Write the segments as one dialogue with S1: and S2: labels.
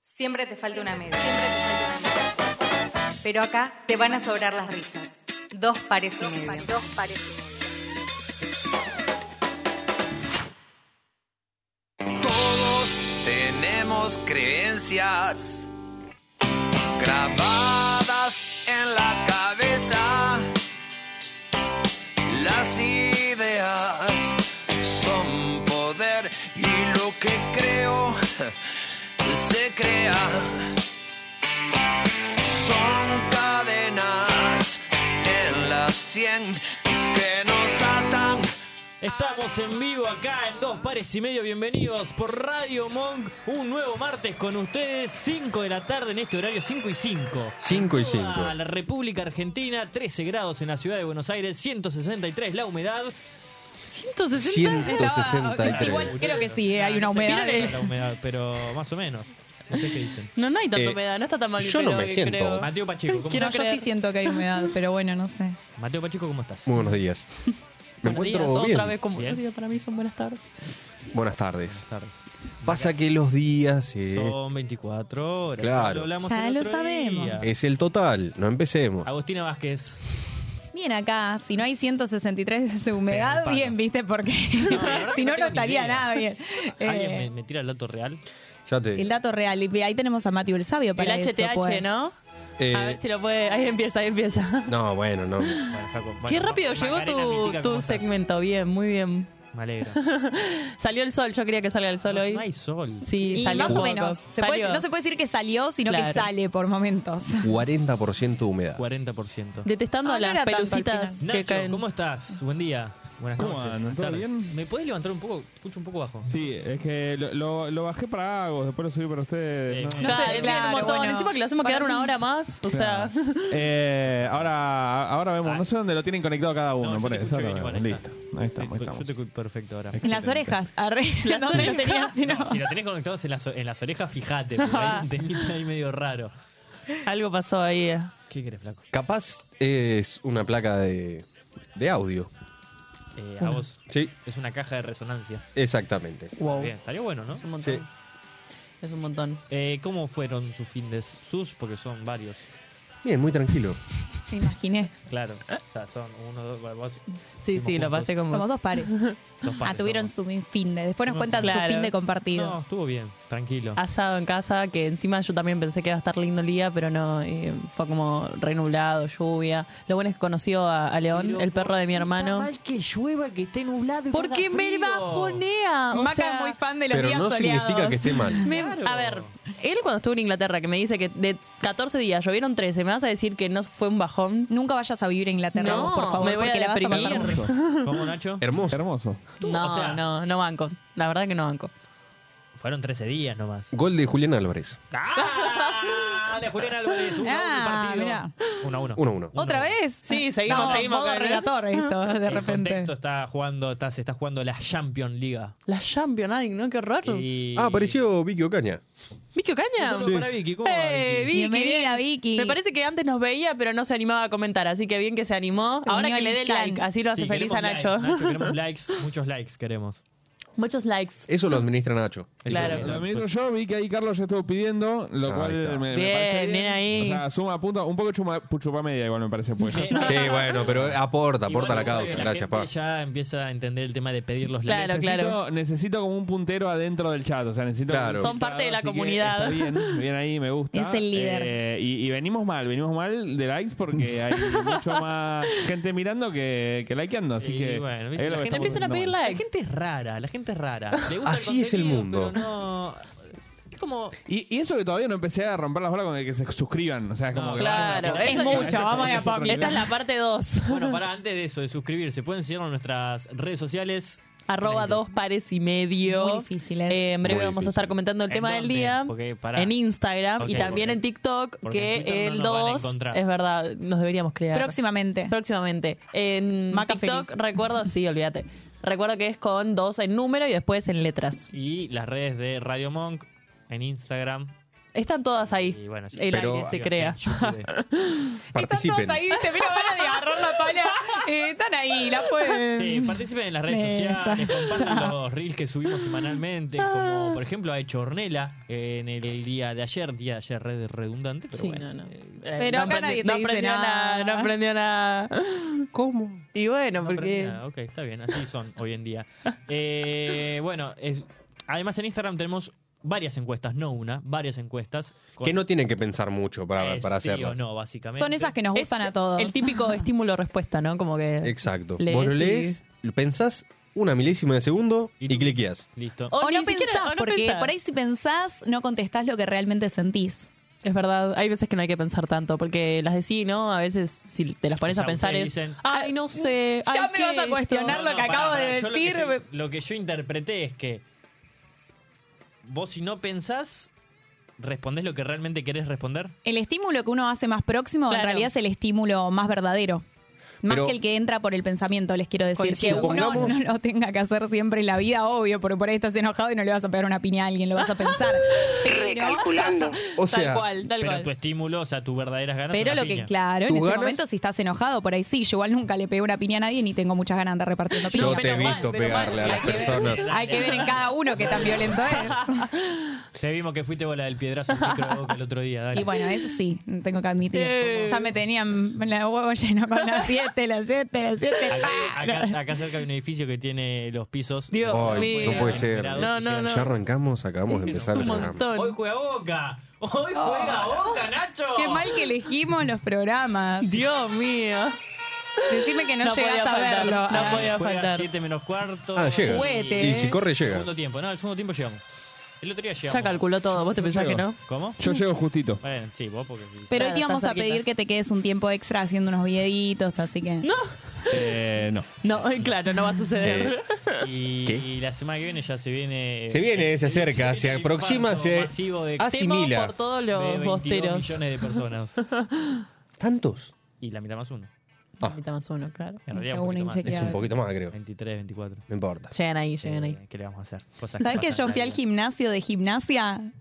S1: Siempre te falta una media. Pero acá te van a sobrar las risas. Dos pares y medio.
S2: Dos pares.
S3: Todos tenemos creencias grabadas en la cabeza. Las ideas son poder y lo que creo se crea. Son cadenas en la cien que nos atan.
S4: Estamos en vivo acá en Dos Pares y Medio. Bienvenidos por Radio Monk. Un nuevo martes con ustedes, 5 de la tarde en este horario, 5 y 5.
S5: 5 y 5.
S4: A Ah, la República Argentina, 13 grados en la ciudad de Buenos Aires, 163 la humedad.
S6: 160. Es
S5: 163.
S6: igual creo que sí, eh, hay una
S4: Se
S6: humedad.
S4: pira
S6: eh.
S4: la humedad, pero más o menos. ¿Ustedes qué dicen?
S2: No, no hay tanta
S5: Eh,
S2: humedad, no está tan mal.
S5: yo
S2: pero
S5: no me
S2: que
S5: siento.
S2: creo.
S4: Mateo Pacheco, ¿cómo
S2: Quiero
S6: No,
S4: estás?
S6: yo
S2: creer.
S6: sí siento que hay humedad, pero bueno, no sé.
S4: Mateo Pacheco, ¿cómo estás?
S5: Muy buenos días. Me
S2: Buenos días,
S5: encuentro
S2: otra
S5: bien.
S2: vez como
S4: Bien.
S2: Buenos días, para mí son buenas tardes.
S5: Buenas tardes.
S4: Buenas tardes.
S5: Pasa que los días eh,
S4: Son 24 horas.
S5: Claro.
S4: hablamos
S6: Ya
S4: el
S6: lo
S4: otro
S6: sabemos.
S4: día.
S5: es el total, no empecemos.
S4: Agustina Vázquez.
S6: Bien acá, si no hay 163 de
S4: Pero
S6: humedad,
S4: palo.
S6: bien, viste, porque
S4: No, la verdad que
S6: si no, no
S4: tengo ni
S6: estaría
S4: idea.
S6: nada bien. Eh,
S4: ¿Alguien me, me tira el dato real?
S5: Ya te
S6: el dato real, y ahí tenemos a Matthew el sabio
S2: El
S6: para eso,
S2: HTH,
S6: pues.
S2: ¿no?
S5: Eh,
S2: A ver si lo puede. Ahí empieza, ahí empieza.
S5: No, bueno, no.
S4: Bueno, Facu, bueno,
S2: Qué rápido llegó
S4: Macarena
S2: tu,
S4: Mística, ¿cómo
S2: tu
S4: estás?
S2: segmento. Bien, muy bien.
S4: Me alegro.
S2: Salió el sol, yo quería que salga el sol
S4: no,
S2: hoy.
S4: no hay sol.
S2: Sí,
S6: Y
S2: salió
S6: más
S2: un
S6: o
S2: poco.
S6: menos. Se
S2: Salió.
S6: puede- no se puede decir que salió, sino que
S2: Claro.
S6: sale por momentos.
S5: 40% de humedad.
S4: 40%.
S2: Detestando
S6: Ah, no
S2: las
S6: era tanto al
S2: pelucitas
S6: final.
S2: que
S4: Nacho,
S2: caen.
S4: ¿cómo estás? Buen día. Buenas
S7: ¿Cómo
S4: noches.
S7: andan?
S4: buenas
S7: ¿Todo
S4: tardes.
S7: bien?
S4: ¿Me podés levantar un poco? Escucho un poco bajo.
S7: Sí, es que lo, lo- lo bajé para Agos, después lo subí para ustedes.
S4: Sí.
S7: ¿no?
S6: No
S2: Claro,
S6: sé,
S2: es
S6: claro,
S2: un montón.
S6: bueno.
S2: Encima que lo hacemos quedar una hora más. O sea,
S7: Eh, ahora, ahora vemos, no sé dónde lo tienen conectado cada uno.
S4: No, yo
S7: por
S4: te
S7: eso,
S4: escucho
S7: ahora
S4: bien,
S7: vemos.
S4: igual, ahí
S7: Listo, ahí estamos. ahí
S4: Yo- Yo
S7: estamos.
S4: te escucho perfecto ahora.
S6: En las orejas. Arre,
S2: Las
S6: ¿dónde lo tenías?
S2: orejas.
S6: Si no.
S4: Si lo tenés conectados en las, o- en las orejas, fijate. Porque hay
S2: Ah.
S4: un temita ahí medio raro.
S2: algo pasó ahí. eh.
S4: ¿Qué querés, flaco?
S5: Capaz es una placa de, de audio.
S4: Eh, a vos.
S5: Sí,
S4: Es una caja de resonancia.
S5: exactamente.
S2: Wow.
S4: Bien, estaría bueno, ¿no?
S2: Es un montón.
S5: Sí.
S2: Es un montón.
S4: Eh, ¿Cómo fueron sus findes? Sus, porque son varios.
S5: Bien, muy tranquilo.
S6: Me imaginé.
S4: Claro. O sea, son uno, dos, bueno, vos-
S2: Sí,
S4: Fuimos
S2: sí, lo
S4: juntos.
S2: pasé como.
S6: Somos dos pares.
S4: dos
S6: Ah,
S4: pares,
S6: tuvieron
S4: somos.
S6: su fin de. Después nos cuentan su
S2: Claro.
S6: fin de compartido. Ah.
S4: No, estuvo bien, tranquilo.
S2: asado en casa, que encima yo también pensé que iba a estar lindo el día, pero no, eh, fue como renublado, lluvia. Lo bueno es que conoció a, a León, el perro de mi hermano.
S4: que llueva, que esté nublado.
S2: Porque me bajonea. O
S6: Maca
S2: sea,
S6: es muy fan de los
S5: Pero
S6: días
S5: no
S6: soleados.
S5: significa que esté mal.
S2: me-
S4: Claro.
S2: A ver, él cuando estuvo en Inglaterra, que me dice que de 14 días llovieron 13, ¿me vas a decir que no fue un bajón?
S6: Nunca vayas a vivir a Inglaterra,
S2: No,
S6: vos, por favor,
S2: me voy a
S6: porque la vas a
S2: deprimir.
S6: pasar mal.
S4: ¿Cómo, Nacho?
S5: Hermoso.
S7: Hermoso.
S2: No,
S4: o sea-
S2: no, no banco. La verdad que no banco.
S4: Fueron 13 días nomás.
S5: Gol de Julián Álvarez.
S4: ¡Ah! De Julián Álvarez, uno
S6: Ah,
S4: a uno el
S6: mirá.
S4: partido. Uno a uno.
S5: 1-1.
S6: ¿Otra vez?
S2: Sí, seguimos,
S6: no,
S2: seguimos,
S6: modo
S2: Karen.
S6: relator esto, de
S4: El
S6: repente.
S4: contexto está jugando, está, se está jugando la Champions League.
S2: La Champions League, ¿no? Qué raro.
S4: Y...
S5: Ah, apareció Vicky Ocaña.
S2: ¿Vicky Ocaña?
S4: Solo para Vicky, ¿cómo va,
S2: Eh,
S4: Vicky?
S2: Vicky,
S6: Bienvenida,
S2: bien.
S6: Vicky.
S2: Me parece que antes nos veía, pero no se animaba a comentar, así que bien que se animó.
S6: Se
S2: Ahora
S6: unió
S2: que le
S6: al
S2: dé
S6: clan.
S2: like, así lo hace
S4: Sí,
S2: feliz a
S4: queremos likes,
S2: Nacho.
S4: Nacho. Queremos likes, muchos likes queremos.
S2: Muchos likes.
S5: Eso lo administra Nacho.
S4: Eso
S2: Claro.
S4: es
S7: Lo
S4: lo que-
S7: miro yo, vi que ahí Carlos ya estuvo pidiendo, lo
S5: Ahí
S7: cual
S5: está.
S7: me- me,
S2: Bien,
S7: parece bien.
S2: bien ahí.
S7: O sea, suma punta, un poco chuma, chupa media igual me parece. Pues,
S4: Sí.
S5: Sí, bueno, pero aporta, aporta
S4: Igual,
S5: la causa.
S4: porque
S5: Gracias,
S4: gente
S5: pa.
S4: Ya empieza a entender el tema de pedir los likes.
S2: Claro,
S7: necesito,
S2: claro.
S7: necesito como un puntero adentro del chat, o sea, necesito...
S5: Claro.
S7: un
S2: Son parte de la
S7: así que
S2: comunidad.
S7: está bien, bien ahí, me gusta.
S6: Es el líder.
S7: Eh, y, y venimos mal, venimos mal de likes porque hay mucho más gente mirando que, que likeando, así
S4: Y
S7: que...
S4: bueno,
S7: ahí
S4: viste,
S7: es
S4: la
S7: lo que
S4: gente
S7: estamos
S2: empiezan a
S7: haciendo
S2: pedir
S7: mal.
S4: La
S2: likes.
S4: gente es rara, la gente es rara. Le gusta
S5: Así es el
S4: contenido,
S5: mundo.
S4: pero no- es como.
S7: Y, y eso que todavía no empecé a romper las bolas con el que se suscriban, o sea, es como
S4: No,
S7: que...
S2: Claro,
S4: Es
S2: Eso-
S4: mucho,
S2: eso-
S4: vamos
S2: eso-
S4: a
S2: eso-
S4: papi.
S2: Esa es la parte 2.
S4: Bueno, para antes de eso, de suscribirse, pueden seguirnos en nuestras redes sociales.
S2: Arroba dos pares y medio.
S6: Muy difíciles.
S2: Eh, en breve
S5: Muy
S2: vamos a estar
S5: difícil.
S2: comentando el
S4: ¿En
S2: tema del
S4: dónde?
S2: día.
S4: Porque, pará.
S2: En Instagram y
S4: Ok,
S2: también
S4: porque-
S2: en TikTok,
S4: porque en
S2: que
S4: Twitter no
S2: el
S4: nos van a
S2: 2
S4: encontrar.
S2: es verdad, nos deberíamos crear.
S6: Próximamente.
S2: Próximamente. En
S6: Maca
S2: TikTok
S6: feliz.
S2: recuerdo, sí, olvídate. Recuerdo que es con dos en número y después en letras.
S4: Y las redes de Radio Monk en Instagram.
S2: Están todas ahí.
S4: Y bueno, sí.
S2: El
S5: Pero-
S2: aire se crea.
S4: YouTube.
S6: Están todos
S5: Participen.
S6: ahí, te miro ganas de agarrar la pala
S1: Eh, están ahí, la pueden.
S4: Sí, participen en las redes
S1: Me
S4: sociales,
S1: basta.
S4: compartan los reels que subimos semanalmente, como por ejemplo ha hecho Ornella eh, en el día de ayer, día de ayer red redundante, pero
S2: Sí,
S4: bueno.
S2: no, no.
S4: Eh,
S1: Pero acá nadie te
S2: no
S1: dice
S2: aprendió nada.
S1: nada.
S2: no aprendió nada.
S5: ¿Cómo?
S2: Y bueno,
S4: no aprendí
S2: porque
S4: nada. Ok, está bien, así son hoy en día. Eh, bueno, es- además en Instagram tenemos varias encuestas, no una, varias encuestas. con-
S5: Que no tienen que pensar mucho para,
S4: eh,
S5: para
S4: sí
S5: hacerlas.
S4: o no, básicamente.
S1: Son esas que nos
S2: es
S1: gustan a todos.
S2: El típico estímulo-respuesta, ¿no? Como que.
S5: Exacto.
S2: Lees
S5: Vos lo
S2: y-
S5: lees, lo pensás una milésima de segundo
S4: Y-
S5: y cliqueás.
S4: Listo.
S2: O
S1: O,
S2: ni
S1: no
S2: siquiera-
S1: pensás,
S2: o no
S1: porque
S2: pensás.
S1: por ahí si pensás, no contestás lo que realmente sentís.
S2: Es verdad, hay veces que no hay que pensar tanto, porque las decís, ¿no? A veces si te las pones
S4: sea,
S2: a pensar
S4: ustedes
S2: es.
S4: dicen,
S2: Ay, no sé.
S1: ya
S2: ay,
S1: me
S2: ¿qué
S1: vas a
S2: esto?".
S1: cuestionar lo que
S4: pará,
S1: acabo de
S4: pará, yo
S1: decir.
S4: Lo que, estoy- lo que yo interpreté es que vos si no pensás, respondés lo que realmente querés responder.
S1: El estímulo que uno hace más próximo
S2: Claro.
S1: en realidad es el estímulo más verdadero. Más
S5: Pero-
S1: que el que entra por el pensamiento, les quiero decir.
S2: Coincido.
S1: Que uno
S5: Supongamos-
S1: no lo tenga que hacer siempre en la vida, obvio, porque por ahí estás enojado y no le vas a pegar una piña a alguien, lo vas a pensar. Pero,
S5: O
S2: Tal
S5: sea,
S2: cual, tal
S4: pero
S2: cual.
S4: tu estímulo, o sea, tus verdaderas ganas.
S1: pero
S4: son la
S1: lo que,
S4: piña.
S1: claro, en
S5: Tus
S1: ese
S5: ganas-
S1: momento si estás enojado, por ahí sí. Yo igual nunca le pegué una piña a nadie ni tengo muchas ganas de andar repartiendo piñas.
S5: yo
S2: No,
S5: te he
S2: menos mal,
S5: visto
S2: menos
S5: pegarle
S2: mal.
S5: a las
S2: Hay que ver.
S5: personas.
S1: Hay que ver en cada uno qué tan violento es.
S4: Te vimos que fuiste bola del piedrazo en el micro de Boca el otro día. dale.
S1: Y bueno, Eh. eso sí, tengo que admitir.
S2: Sí.
S1: Ya me tenían la huevo lleno con las 7, las 7, las 7.
S4: acá, acá- acá cerca hay un edificio que tiene los pisos.
S2: Dios
S5: Ay,
S2: mío.
S5: no puede ser.
S4: grados
S2: No,
S4: y
S2: no,
S4: llegan-
S2: no.
S5: Ya arrancamos, acabamos de empezar el
S2: un
S5: programa.
S2: montón.
S4: Hoy juega Boca. Hoy
S2: Oh.
S4: juega Boca, Nacho.
S1: Qué mal que elegimos los programas.
S2: Dios mío.
S1: Decime que no,
S2: No
S1: llegas
S2: podía
S1: a
S2: faltar,
S1: verlo.
S2: no
S4: Juega
S2: podía. faltar.
S4: 7 menos cuarto.
S5: Ah, llega.
S2: Juguete,
S5: Y si corre, llega.
S4: Segundo tiempo, no, el segundo tiempo llegamos. El otro día llegamos.
S2: Ya calculó todo, vos te pensás que no.
S4: ¿Cómo?
S7: Yo llego justito.
S4: Bueno, sí, vos porque.
S1: Pero hoy
S2: Claro,
S1: te íbamos
S2: estás
S1: a pedir
S2: cerquita.
S1: que te quedes un tiempo extra haciendo unos videitos, así que.
S2: No,
S7: Eh, no.
S2: no, claro, no va a
S5: Eh,
S2: suceder.
S4: Y,
S5: ¿Qué?
S4: y la semana que viene ya se viene. eh,
S5: Se viene,
S4: el-
S5: se
S4: el-
S5: acerca, se
S4: viene el
S5: aproxima,
S4: infarto
S5: se-
S4: masivo de,
S5: hace-
S2: Temo
S5: asimila.
S2: por todos
S4: de
S2: los
S4: 22
S2: bosteros.
S4: millones de personas.
S5: ¿Tantos?
S4: Y la mitad más uno.
S5: Ah.
S2: Necesitamos uno, claro.
S4: En realidad,
S1: Una
S4: un poquito más.
S5: Es
S1: inchequeable.
S5: un poquito más, creo.
S4: 23, 24.
S5: No importa.
S2: Llegan ahí, llegan
S4: Eh,
S2: ahí.
S4: ¿Qué le vamos a hacer? Cosas
S1: ¿Sabes que
S4: pasan
S1: yo fui
S4: en
S1: al
S4: la vida.
S1: gimnasio de gimnasia?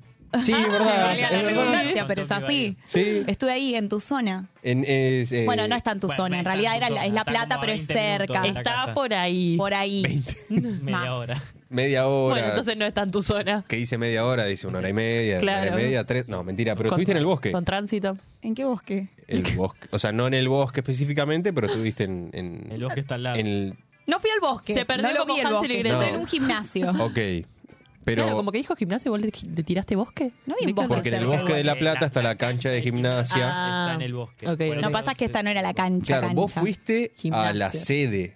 S5: Sí, es verdad.
S1: valía
S5: Es
S1: la
S5: verdad.
S1: redundancia, pero es así.
S5: Sí.
S1: Estuve ahí en tu zona.
S5: En- es, eh,
S1: Bueno, no está en tu
S4: Bueno,
S1: zona, en
S4: no está
S1: realidad
S4: en tu
S1: era la-
S4: zona,
S1: es La
S4: está
S1: Plata,
S4: como a
S1: pero es
S4: 20
S1: cerca.
S4: minutos.
S2: Está
S4: casa.
S2: por ahí.
S1: Por ahí.
S4: Media
S1: Más.
S4: hora.
S5: media hora.
S2: Bueno, entonces no está en tu zona.
S5: que dice media hora, dice una hora y media,
S2: Claro.
S5: una hora y media, tres. No, mentira, pero
S2: Con-
S5: estuviste en el bosque.
S2: Con tránsito.
S1: ¿En qué bosque?
S5: El bosque. O sea, no en el bosque específicamente, pero estuviste en. en
S4: El bosque está al lado.
S5: En el.
S1: No fui al bosque.
S2: Se perdió
S1: no lo
S2: como
S1: vi el
S2: Hansel y
S1: bosque.
S2: Gretel.
S1: Estuve
S5: No.
S1: en un gimnasio.
S5: Ok. Pero.
S2: claro, como que dijo gimnasio, vos le, le tiraste bosque.
S1: No vi un
S2: Directamente.
S5: porque en el
S1: cerca.
S5: bosque de La Plata está la cancha de gimnasia.
S4: Está en el bosque.
S2: Ah, ok,
S4: Por
S2: ok.
S4: eso
S1: No pasa es que esta no era la cancha.
S5: claro, vos
S1: cancha.
S5: fuiste a
S2: Gimnasio.
S5: la sede.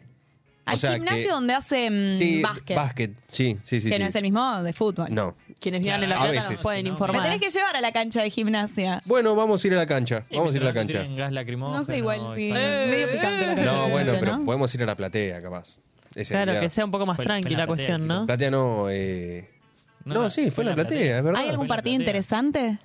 S1: Al
S5: o sea,
S1: gimnasio
S5: que-
S1: donde hace mm,
S5: Sí,
S1: básquet.
S5: Sí, sí, sí.
S1: que
S5: sí.
S1: no es el mismo de fútbol.
S5: No.
S2: Quienes vivan
S4: Claro,
S2: en La
S5: a
S2: Plata
S5: veces.
S2: nos pueden
S4: No,
S1: Me
S2: informar.
S1: tenés que llevar a la cancha de gimnasia.
S5: Bueno, vamos a ir a la cancha.
S4: Eh,
S5: Vamos a ir a
S4: mientras
S5: la
S4: no
S5: cancha.
S4: tiren gas lacrimógeno,
S1: No sé, igual sí. Eh,
S4: espantan-
S1: Medio picante la cancha
S5: No,
S1: de
S5: bueno,
S1: gimnasia,
S5: pero
S1: ¿no?
S5: podemos ir a la platea, capaz. Ese
S2: Claro,
S5: día.
S2: que sea un poco más
S4: Fue- fue
S2: tranqui
S4: la
S2: la
S4: platea,
S2: cuestión, ¿no?
S5: Platea no. eh, No,
S4: la-
S5: sí, fue en la platea, es verdad.
S1: ¿Hay algún
S4: Fue la
S1: partido
S4: platea.
S1: interesante?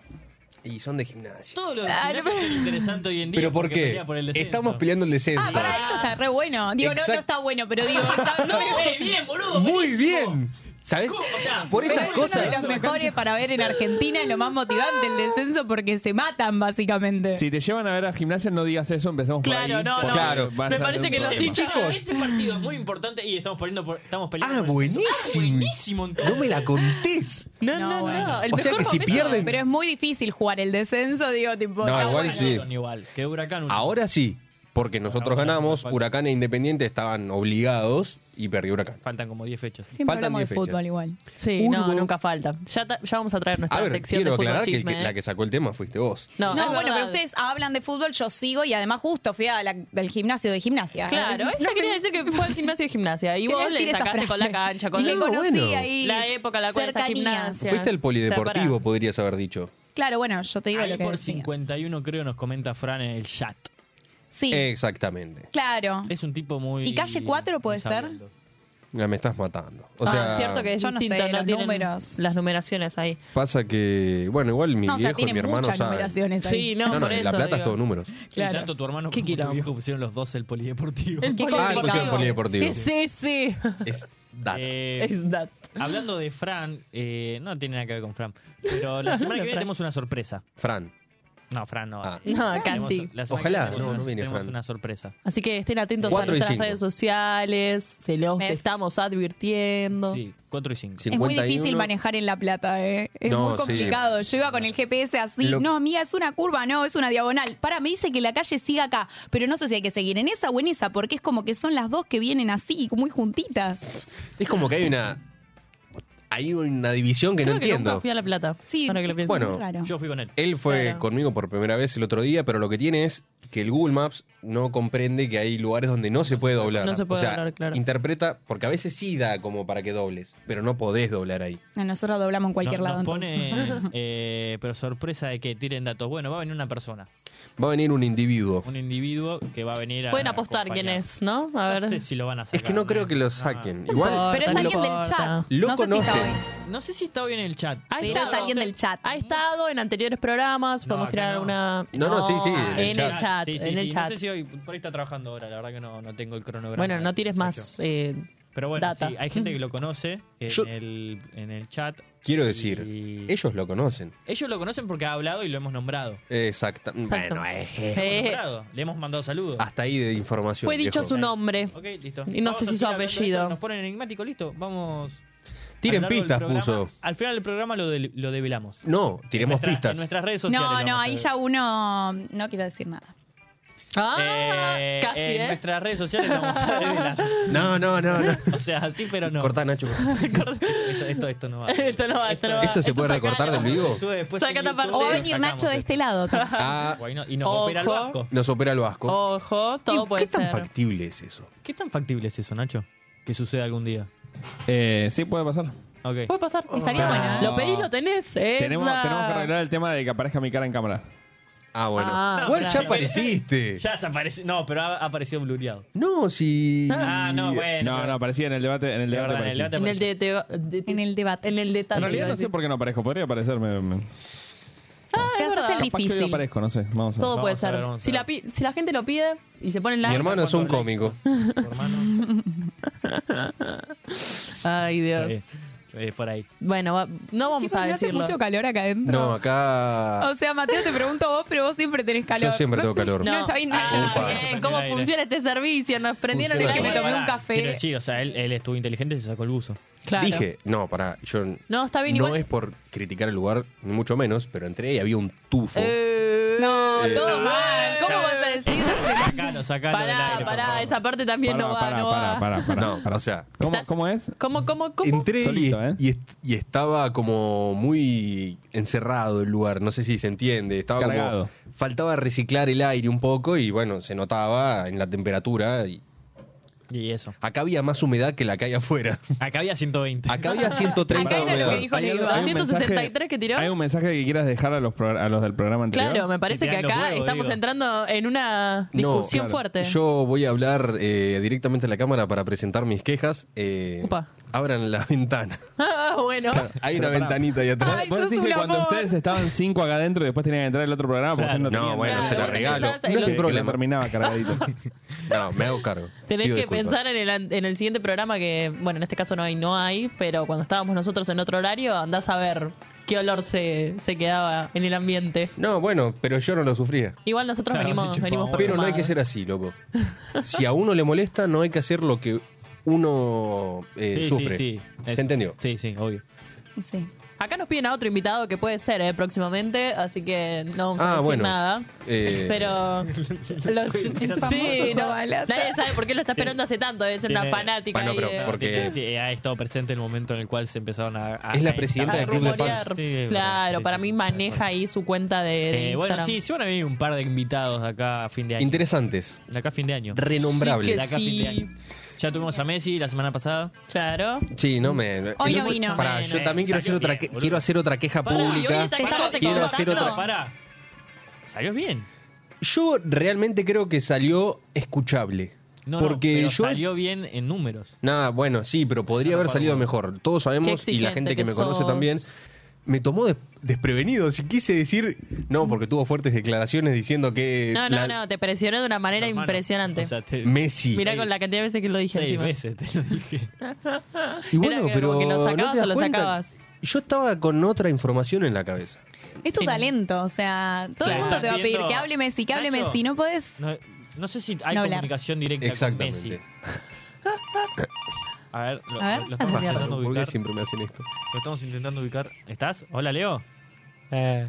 S5: Y son de gimnasia.
S4: Todo lo
S1: Ah,
S4: gimnasio es interesante hoy en día.
S5: ¿Pero por
S4: porque
S5: qué?
S4: pelea por el descenso.
S5: Estamos peleando el descenso.
S1: Ah, para eso está re bueno. Digo, no,
S5: Exact-
S1: no está bueno, pero digo, está
S4: No, eh, bien, boludo.
S5: Muy
S4: buenísimo.
S5: bien. ¿Sabes?
S4: ¿Cómo? O sea,
S5: Por esas
S1: es uno de
S5: cosas.
S1: los mejores para ver en Argentina, es lo más motivante el descenso porque se matan básicamente.
S7: Si te llevan a ver a gimnasia, no digas eso, empezamos por
S2: Claro,
S7: ahí.
S2: no,
S7: porque
S2: no.
S5: Claro.
S7: vas
S2: Me
S7: a tener
S2: parece
S7: un
S2: que los
S7: problema.
S2: hinchas-
S5: Chicos.
S4: Este partido es muy importante y estamos poniendo por, estamos peleando
S5: Ah,
S4: por el descenso. Ah,
S5: buenísimo.
S4: buenísimo. entonces.
S5: No me la contés.
S2: No,
S1: No,
S2: no, no.
S4: bueno.
S2: El
S5: O sea
S2: mejor
S5: que si
S2: momento-
S5: pierden.
S1: Pero es muy difícil jugar el descenso, digo, tipo.
S5: No,
S1: está
S5: igual
S1: bueno.
S5: sí. Ah.
S4: Igual, que Huracán. uno.
S5: Ahora sí, porque nosotros
S4: Ahora,
S5: ganamos,
S4: falta.
S5: Huracán e Independiente estaban obligados y perdió Huracán.
S4: Faltan como 10 fechas.
S1: Siempre
S5: Faltan
S1: hablamos de
S5: 10 fechas.
S1: fútbol igual.
S2: Sí, no,
S5: Urbo.
S2: nunca falta. Ya, ta- ya vamos a traer nuestra
S5: A ver,
S2: sección
S5: quiero
S2: de fútbol
S5: aclarar que, el
S2: chisme. ¿eh?
S5: que- la que sacó el tema fuiste vos.
S2: No,
S1: No,
S2: es
S1: bueno, pero
S2: verdad.
S1: ustedes hablan de fútbol, yo sigo y además justo fui a la- del gimnasio de gimnasia.
S2: Claro, ella quería decir que fue al gimnasio de gimnasia y
S1: Quería
S2: vos le
S1: decir esa
S2: sacaste
S1: frase.
S2: con la cancha, con
S1: y que
S2: el-
S5: con-
S1: conocí
S5: bueno.
S1: ahí
S2: la época, la cual está
S1: cercanías.
S2: gimnasia.
S5: Fuiste al polideportivo,
S2: O sea, pará.
S5: podrías haber dicho.
S1: Claro, bueno, yo te digo
S4: Ahí
S1: lo que
S4: por
S1: decía.
S4: 51 creo nos comenta Fran en el chat.
S1: Sí,
S5: Eh. Exactamente.
S1: claro.
S4: Es un tipo muy...
S1: ¿Y calle cuatro puede
S4: muy
S1: ser?
S4: sabiendo.
S5: Ya me estás matando. O
S2: Ah,
S5: sea,
S2: cierto que es
S1: Yo no sé,
S2: distinto, no,
S1: los
S2: tienen
S1: números.
S2: las numeraciones ahí.
S5: pasa que, bueno, igual mi
S1: No, o sea,
S5: viejo y
S1: tiene
S5: mi hermano
S1: muchas
S5: saben.
S1: numeraciones ahí.
S2: Sí, no,
S5: No, no,
S2: por
S5: en
S2: eso.
S5: La Plata es
S2: digo.
S5: todo números.
S4: Y
S1: Claro.
S4: tanto tu hermano
S2: Qué
S4: como tu
S2: quilombo.
S4: viejo pusieron los dos el polideportivo.
S2: El
S1: Qué
S5: Ah,
S1: complicado.
S5: pusieron polideportivo.
S2: Sí, sí.
S5: Es dat.
S4: Eh,
S2: Es that.
S4: hablando de Fran, eh, no tiene nada que ver con Fran, pero la semana que viene
S2: Fran.
S4: tenemos una sorpresa.
S5: Fran.
S4: No, Fran no.
S5: Ah.
S4: vale.
S2: No,
S4: Tenemos-
S2: casi.
S4: la semana que
S5: Ojalá.
S4: viene
S5: No,
S4: tenemos,
S5: no viene,
S4: tenemos
S5: Fran.
S4: una sorpresa.
S2: Así que estén atentos a
S5: Cuatro y
S2: nuestras
S5: cinco.
S2: redes sociales, se los
S8: Me-
S2: estamos advirtiendo.
S4: Sí, 4 y 5.
S1: Es muy
S5: 51.
S1: difícil manejar en La Plata, ¿eh? Es
S5: No,
S1: muy
S5: sí.
S1: complicado. Yo iba con el GPS así.
S5: Lo-
S1: No, amiga, es una curva, no, es una diagonal. Para, me dice que la calle siga acá, pero no sé si hay que seguir en esa o en esa, porque es como que son las dos que vienen así, muy juntitas.
S5: Es como que hay una. Hay una división que
S2: Creo
S5: no
S2: que nunca
S5: entiendo.
S2: fui a La Plata.
S1: Sí,
S2: ahora que lo pienso.
S5: Bueno,
S1: Claro.
S4: Yo fui con él.
S5: Él fue
S2: Claro.
S5: conmigo por primera vez el otro día, pero lo que tiene es que el Google Maps no comprende que hay lugares donde no se puede doblar.
S2: No se puede
S5: o sea,
S2: doblar, claro.
S5: Interpreta, porque a veces sí da como para que dobles, pero no podés doblar ahí.
S1: No, Nosotros doblamos en cualquier
S4: Nos-
S1: lado.
S4: nos
S1: entonces.
S4: pone, eh, pero sorpresa de que tiren datos. Bueno, va a venir una persona,
S5: Va a venir un individuo.
S4: un individuo que va a venir a.
S2: Pueden apostar quién
S4: acompañar.
S2: es, ¿no? A ver.
S4: No sé si lo van a sacar.
S5: Es que no creo que lo saquen. Igual,
S1: Pero es
S2: No
S1: alguien del
S2: importa.
S1: chat.
S5: Lo
S1: no sé si
S5: conocen.
S1: está hoy.
S4: No sé si está hoy en el chat.
S2: Ha
S1: Pero es
S2: estado,
S1: alguien del chat.
S2: ha estado en anteriores programas,
S4: No,
S2: podemos
S4: acá
S2: tirar
S4: no.
S2: una...
S5: No, no, sí, sí,
S2: en el chat.
S4: Sí, sí,
S2: en el
S4: sí.
S2: chat.
S4: No sé si hoy, por ahí está trabajando ahora, la verdad que no, no tengo el cronograma.
S2: bueno, no tires más...
S4: Muchacho.
S2: eh,
S4: Pero bueno,
S2: data.
S4: sí, hay gente que lo conoce en,
S5: Yo-
S4: el, en el chat.
S5: quiero decir,
S4: Y-
S5: ellos lo conocen.
S4: Ellos lo conocen porque ha hablado y lo hemos nombrado.
S5: Exacta. Bueno, eh,
S4: Lo hemos
S2: eh,
S4: nombrado, Le hemos mandado saludos.
S5: hasta ahí de información.
S2: fue dicho
S5: viejo.
S2: su nombre.
S4: Ok, listo.
S2: Y no
S4: Vamos
S2: sé
S4: a
S2: si su
S4: seguir hablando de esto,
S2: apellido.
S4: Nos ponen enigmático, listo. Vamos.
S5: Tiren
S4: A lo largo
S5: pistas,
S4: del programa-
S5: puso.
S4: Al final del programa lo, del- lo develamos.
S5: No, tiremos
S4: En nuestra-
S5: pistas.
S4: En nuestras redes sociales. lo
S1: No,
S4: vamos
S1: no,
S4: a
S1: ahí
S4: ver.
S1: ya uno. No quiero decir nada.
S2: Ah,
S4: Eh,
S2: casi,
S4: En
S2: ¿eh?
S4: nuestras redes sociales lo vamos a develar.
S5: No, no, no, no.
S4: O sea, sí, pero no.
S5: Cortá, Nacho.
S4: Esto, esto, esto no va.
S2: Esto no va, esto no va.
S5: ¿Esto se puede recortar del vivo?
S4: Sube después
S2: Saca
S4: en
S2: esta
S4: YouTube,
S2: parte.
S1: O va a
S4: lo
S1: venir
S4: sacamos
S1: Nacho de este lado.
S5: Ah,
S4: Guay, no, Y nos
S2: Ojo.
S4: opera el vasco.
S5: nos opera el Vasco.
S2: Ojo, Oh, todo
S5: ¿Y
S2: puede
S5: ¿Qué tan
S2: ser.
S5: factible es eso?
S4: ¿Qué tan factible es eso, Nacho? Que suceda algún día.
S7: Eh, sí, puede pasar.
S4: Ok.
S2: Puede pasar.
S1: Estaría bueno. ¿eh?
S2: Lo pedís, lo tenés.
S7: Tenemos,
S2: Esa.
S7: tenemos que arreglar el tema de que aparezca mi cara en cámara.
S5: Ah, bueno.
S2: Ah,
S5: Igual
S2: claro.
S5: ya apareciste.
S4: Ya se aparece. No, pero ha ha aparecido blureado.
S5: No, si.
S4: Ah, no, bueno.
S7: No, no, aparecía en el debate. En el
S4: De
S7: debate
S4: verdad, en el
S7: aparecí.
S4: debate
S2: En el, de, de- de-
S1: En el debate.
S2: en el detalle.
S7: En realidad no sé por qué no aparezco. Podría aparecerme. me-
S2: Ah,
S1: Te
S2: es
S1: haces
S2: verdad.
S1: el
S7: Capaz que hoy
S1: difícil.
S7: aparezco, no sé. Vamos a ver.
S2: Todo
S4: Vamos
S2: puede
S4: a
S2: ser.
S4: ver, vamos a
S2: si, la,
S4: ver.
S2: pi- si la gente lo pide y se pone en
S5: Mi
S2: like.
S5: hermano es un
S4: ¿Cuántos
S5: cómico.
S4: Tu hermano.
S2: Ay, Dios.
S4: Eh, eh, por ahí.
S2: Bueno, va- no vamos
S1: Chicos,
S2: a
S1: ¿no hace
S2: decirlo.
S1: mucho calor acá adentro?
S5: No, acá.
S1: O sea, Mateo, te pregunto vos, pero vos siempre tenés calor.
S5: Yo siempre tengo calor.
S1: No, está bien,
S2: Ah,
S1: Nacho.
S5: Upa.
S2: bien, ¿Cómo
S4: Funciona el
S2: funciona este servicio? Nos prendieron el
S5: Funciona
S1: Que
S2: aire.
S1: me tomé un
S4: Pará,
S1: café.
S4: quiero decir, o sea, él, él estuvo inteligente y se sacó el buzo.
S2: Claro.
S5: Dije, no, pará, yo.
S2: No, está bien,
S5: No
S2: igual-
S5: es por criticar el lugar, ni mucho menos, pero entré y había un tufo.
S2: Eh,
S1: No,
S5: Eh,
S1: todo
S5: no,
S1: mal. ¿Cómo
S2: no.
S1: vas a decir?
S4: Sacalo, sacalo del
S2: pará,
S4: aire. por
S2: pará,
S4: favor.
S2: esa parte también
S7: Pará,
S2: no va,
S7: pará,
S2: no
S7: pará,
S2: va.
S7: pará, pará,
S5: No,
S7: pará.
S5: o sea,
S7: ¿Cómo,
S2: Estás-
S7: ¿Cómo es?
S2: ¿Cómo, cómo, cómo?
S5: Entré y-
S7: Solito, ¿eh?
S5: y, est- y estaba como muy encerrado el lugar, no sé si se entiende. Estaba como-
S7: Cargado.
S5: faltaba reciclar el aire un poco y bueno, se notaba en la temperatura. y-
S4: Y eso.
S5: acá había más humedad que la que hay afuera.
S4: Acá había 120.
S5: Acá había 130
S1: Acá era lo que
S5: humedad.
S1: dijo Leiva.
S2: algo- 163 que tiró.
S7: ¿Hay un mensaje que quieras dejar a los, pro- a los del programa anterior?
S2: Claro, me parece que
S4: tiran los
S2: acá
S4: huevos,
S2: estamos
S4: digo.
S2: entrando en una
S5: No,
S2: discusión
S5: claro.
S2: fuerte.
S5: Yo voy a hablar eh, directamente a la cámara para presentar mis quejas. Eh,
S2: Upa.
S5: abran la ventana.
S2: Ah, bueno.
S5: Hay una
S7: Pero pará.
S5: ventanita ahí atrás.
S1: Ay,
S7: Vos
S1: sos
S7: decís que
S1: un
S7: cuando
S1: amor.
S7: ustedes estaban cinco acá adentro y después tenían que entrar el otro programa porque
S4: Claro.
S7: ustedes no,
S5: No,
S7: tenían
S5: bueno,
S7: nada.
S5: se la
S2: Claro,
S5: regalo.
S2: vos
S5: No
S2: te pensás-
S7: Que-
S2: el
S5: hay
S7: que no
S5: problema.
S7: terminaba cargadito.
S5: No, me hago cargo.
S2: Tenés
S5: Pido
S2: que
S5: disculpas.
S2: pensar en el, an- en el siguiente programa que, bueno, en este caso no hay, no hay, pero cuando estábamos nosotros en otro horario, andás a ver qué olor se, se quedaba en el ambiente.
S5: No, bueno, pero yo no lo sufría.
S2: Igual nosotros
S4: Claro,
S2: venimos,
S4: chupamos.
S2: venimos por
S5: Pero no hay que
S2: fumados.
S5: ser así, loco. Si a uno le molesta, no hay que hacer lo que uno eh,
S4: Sí,
S5: sufre.
S4: sí, sí. Eso.
S5: ¿Se entendió?
S4: Sí, sí, obvio.
S1: Sí.
S2: Acá nos piden a otro invitado que puede ser eh, próximamente, así que no vamos a
S5: Ah,
S2: decir
S5: bueno.
S2: nada.
S5: Eh,
S2: Pero. los- sí,
S1: Famoso
S2: no,
S1: Zabalata.
S2: nadie sabe por qué lo está esperando hace tanto, es una
S4: Tiene-
S2: fanática.
S5: Bueno,
S2: ahí,
S5: pero
S2: eh.
S5: por- Porque-
S4: Sí, sí, ha estado presente el momento en el cual se empezaron a. a-
S5: Es la
S4: a
S5: presidenta
S2: A
S5: del club de
S2: rumorear.
S5: fans.
S4: Sí,
S2: claro,
S4: sí,
S2: para
S4: sí.
S2: mí maneja ahí su cuenta de, de
S4: Eh, bueno,
S2: Instagram.
S4: sí, sí van a venir un par de invitados acá a fin de año.
S5: Interesantes,
S4: de acá a fin de año.
S5: renombrables.
S2: Sí,
S4: De acá a fin de
S2: Sí.
S4: año. Ya tuvimos a Messi la semana pasada.
S2: Claro.
S5: Sí, no me.
S1: Hoy
S5: el
S1: no
S5: otro-
S1: vino.
S5: Pará,
S4: Bueno,
S5: yo también quiero hacer
S4: salió
S5: otra
S4: bien,
S5: que-
S4: boludo.
S5: quiero hacer otra queja
S4: Pará,
S2: y hoy
S5: pública.
S2: está- Te estamos
S5: Quiero hacer
S1: explotando.
S5: otra.
S4: Pará. ¿Salió bien?
S5: Yo realmente creo que salió escuchable.
S4: No, no,
S5: porque
S4: pero
S5: yo.
S4: salió bien en números.
S5: Nada, bueno, sí, pero podría haber salido mejor. Todos sabemos
S2: Qué
S5: y la gente
S2: exigente
S5: que,
S2: que
S5: me conoce
S2: sos.
S5: también. Me tomó des- desprevenido. Si quise decir. No, porque tuvo fuertes declaraciones diciendo que.
S2: No, no,
S5: Eh, la-
S2: no, te presionó de una manera
S4: Hermano,
S2: impresionante.
S4: o sea, te-
S5: Messi.
S2: Mirá con la cantidad de veces que lo dije
S4: seis
S2: encima.
S4: veces te lo dije.
S5: Y bueno,
S2: Era que
S5: pero
S2: como que lo
S5: ¿no te
S2: sacabas
S5: das
S2: o lo
S5: cuenta?
S2: sacabas.
S5: Yo estaba con otra información en la cabeza.
S1: Es tu
S2: Sí.
S1: talento, o sea, todo el
S4: Claro.
S1: mundo te va a pedir
S4: Viendo-
S1: que hable Messi, que hable
S4: Nacho.
S1: Messi, no podés.
S4: No, no sé si hay
S1: No hablar.
S4: comunicación directa con Messi.
S5: Exactamente.
S4: A ver, lo,
S1: A ver,
S4: lo- lo estamos
S1: hazle algo.
S4: intentando
S5: ¿Por qué
S4: ubicar.
S5: siempre me hacen esto?
S4: Lo estamos intentando ubicar. ¿Estás? Hola, Leo.
S9: Eh,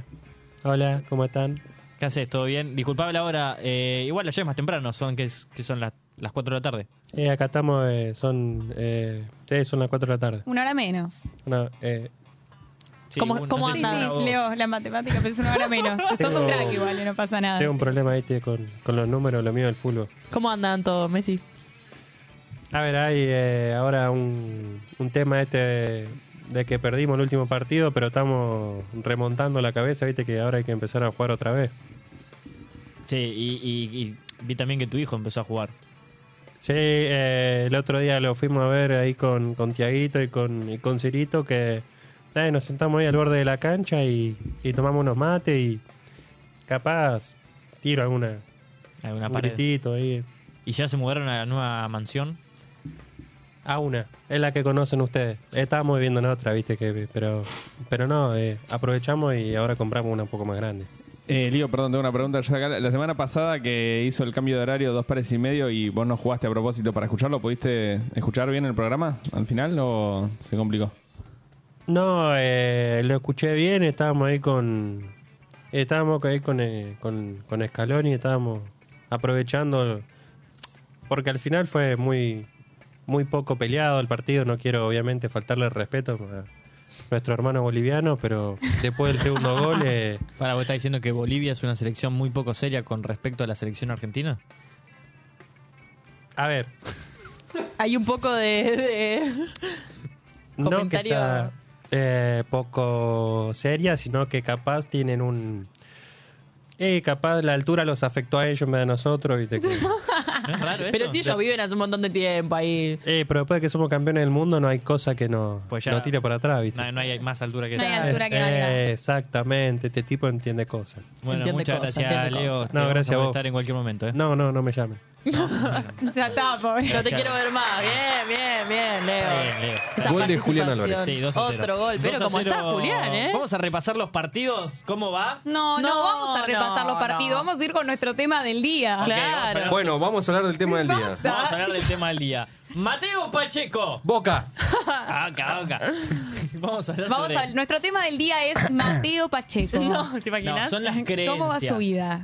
S9: hola, ¿cómo están?
S4: ¿Qué haces? ¿Todo bien? Disculpame la hora. eh, igual ayer es más temprano, son que, es- que son las, las 4 de la tarde.
S9: Eh, acá estamos, eh, son, eh, sí, son las 4 de la tarde.
S1: Una hora menos.
S9: No, eh,
S4: Sí,
S2: ¿Cómo-
S4: un-
S2: cómo
S4: no sé si
S2: anda?
S4: una hora o-
S1: Leo, la matemática, pero es una hora menos. Sos un crack igual, no pasa nada.
S9: tengo un problema ahí tío, con, con los números, lo mío del fútbol.
S2: ¿Cómo andan todos, Messi?
S9: A ver, hay eh, ahora un, un tema este de que perdimos el último partido, pero estamos remontando la cabeza, viste que ahora hay que empezar a jugar otra vez.
S4: Sí, y, y- y vi también que tu hijo empezó a jugar.
S9: Sí, eh, el otro día lo fuimos a ver ahí con, con Tiaguito y con, y con Cirito, que eh, nos sentamos ahí al borde de la cancha y, y tomamos unos mates y capaz tiro alguna,
S4: Hay una
S9: un
S4: pared.
S9: gritito ahí.
S4: Y ya se mudaron a la nueva mansión.
S9: A Ah, una, es la que conocen ustedes. Estábamos viviendo en otra, viste, que pero pero no, eh, aprovechamos y ahora compramos una un poco más grande.
S7: Eh, Lío, perdón, tengo una pregunta. Yo acá, la semana pasada que hizo el cambio de horario dos pares y medio y vos no jugaste a propósito para escucharlo, ¿pudiste escuchar bien el programa al final o se complicó?
S9: No, eh, lo escuché bien, estábamos ahí con. Estábamos ahí con, eh, con, con Scaloni, estábamos aprovechando. Porque al final fue muy, muy poco peleado el partido, no quiero obviamente faltarle el respeto a nuestro hermano boliviano, pero después del segundo gol. eh,
S4: Para, ¿vos estás diciendo que Bolivia es una selección muy poco seria con respecto a la selección argentina?
S9: a ver,
S2: Hay un poco de... de-
S9: no que
S2: Comentario.
S9: sea eh, poco seria, sino que capaz tienen un. Eh, capaz la altura los afectó a ellos, no a nosotros, viste que-
S4: ¿No es raro
S2: Pero
S4: eso?
S2: si ellos viven hace un montón de tiempo ahí.
S9: Eh, pero después de que somos campeones del mundo, no hay cosa que no,
S4: Pues ya-
S9: no tire para atrás, ¿viste?
S4: No, no hay más altura que
S1: No hay
S4: esa.
S1: altura que
S9: Eh,
S1: valga.
S9: exactamente, este tipo entiende cosas.
S4: Bueno,
S2: Entiende
S4: muchas
S2: cosas,
S4: gracias,
S2: entiende
S4: Leo.
S2: cosas.
S4: Te
S9: No,
S4: vamos
S9: gracias a vos.
S4: molestar en cualquier momento, ¿eh?
S9: No, no, no me llamen.
S1: Ya está, pobre.
S2: No te quiero ver más. Bien, bien, bien, Leo.
S4: Bien, Leo.
S2: Esa
S5: Gol de Julián
S2: participación.
S5: Álvarez.
S4: Sí, 2 a 0.
S2: Otro gol.
S4: 2
S2: Pero
S4: a
S2: como está
S4: 0.
S2: Julián, ¿eh?
S4: Vamos a repasar los partidos. ¿Cómo va?
S1: No, no,
S2: No,
S1: vamos a repasar
S2: no,
S1: los partidos,
S2: no.
S1: vamos a ir con nuestro tema del día.
S4: Ok, vamos a
S2: Claro.
S4: hablar-
S5: Bueno, vamos a hablar del tema del día.
S4: Vamos a hablar del tema del día. Mateo Pacheco.
S5: Boca.
S4: Acá, acá. Vamos a hablar
S1: Ah, Vamos
S4: sobre-
S1: a- nuestro tema del día es Mateo Pacheco.
S2: No, ¿te imaginas?
S4: No, son las creencias.
S1: ¿Cómo va su vida?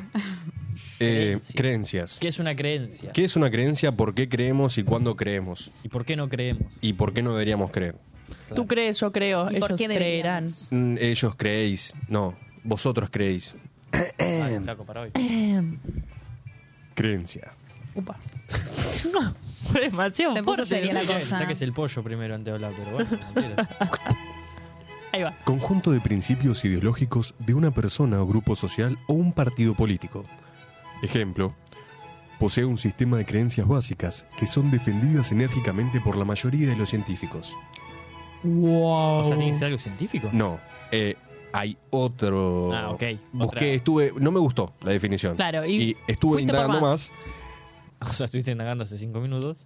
S5: Eh,
S4: Creencias.
S5: creencias.
S4: ¿Qué es una creencia?
S5: ¿Qué es una creencia? ¿Por qué creemos y cuándo creemos?
S4: ¿Y por qué no creemos?
S5: ¿Y por qué no deberíamos creer?
S2: Tú crees, yo creo.
S1: ¿Y por
S2: Ellos
S1: qué
S2: creerán.
S1: deberíamos?
S5: Mm, Ellos creéis. No, vosotros creéis. Eh.
S4: Ay, flaco, para hoy.
S5: Creencia.
S2: Upa. Fue demasiado
S1: Se puso
S2: fuerte.
S1: seria la cosa.
S4: Saques el pollo primero antes de hablar, pero bueno, como quieras.
S2: Ahí va.
S5: Conjunto de principios ideológicos de una persona o grupo social o un partido político. Ejemplo, posee un sistema de creencias básicas que son defendidas enérgicamente por la mayoría de los científicos.
S4: O
S1: Oh.
S4: sea, tiene que ser algo científico.
S5: No, eh, hay otro...
S4: Ah, ok,
S5: Busqué,
S4: otra.
S5: estuve... No me gustó la definición.
S2: Claro, y
S5: estuve
S2: fuiste por
S5: indagando
S2: más.
S5: más.
S4: O sea, estuviste indagando hace cinco minutos.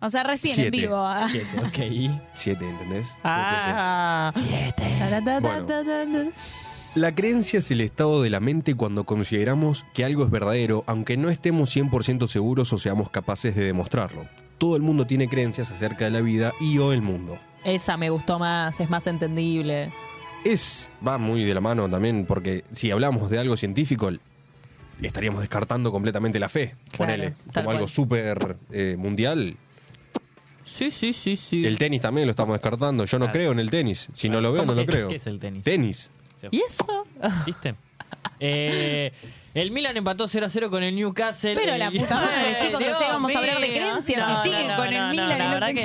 S1: O sea, recién en
S5: Siete.
S1: vivo. ah.
S4: Siete, ok. y-
S5: Siete, ¿entendés?
S2: Ah. Siete.
S5: La creencia es el estado de la mente cuando consideramos que algo es verdadero, aunque no estemos 100% seguros o seamos capaces de demostrarlo. Todo el mundo tiene creencias acerca de la vida y o el mundo.
S2: Esa me gustó más, es más entendible.
S5: Es, va muy de la mano también, porque si hablamos de algo científico, estaríamos descartando completamente la fe.
S2: Claro,
S5: ponele,
S2: tal
S5: como algo
S2: cual.
S5: súper eh, mundial.
S2: Sí, sí, sí, sí.
S5: El tenis también lo estamos descartando. Yo no
S4: Claro.
S5: creo en el tenis. Si no lo veo,
S4: ¿Cómo
S5: no lo
S4: que-
S5: creo.
S4: ¿Qué es el tenis?
S5: Tenis.
S2: ¿Y eso?
S4: ¿Viste? Eh, el Milan empató 0 a 0 con el Newcastle.
S1: Pero
S4: El-
S1: la puta madre, chicos, o sea, vamos a hablar de creencias
S2: No, no,
S1: y siguen
S2: no,
S1: con el
S2: no,
S1: Milan.
S2: no,
S1: y
S2: la
S1: no
S2: verdad
S1: sé qué.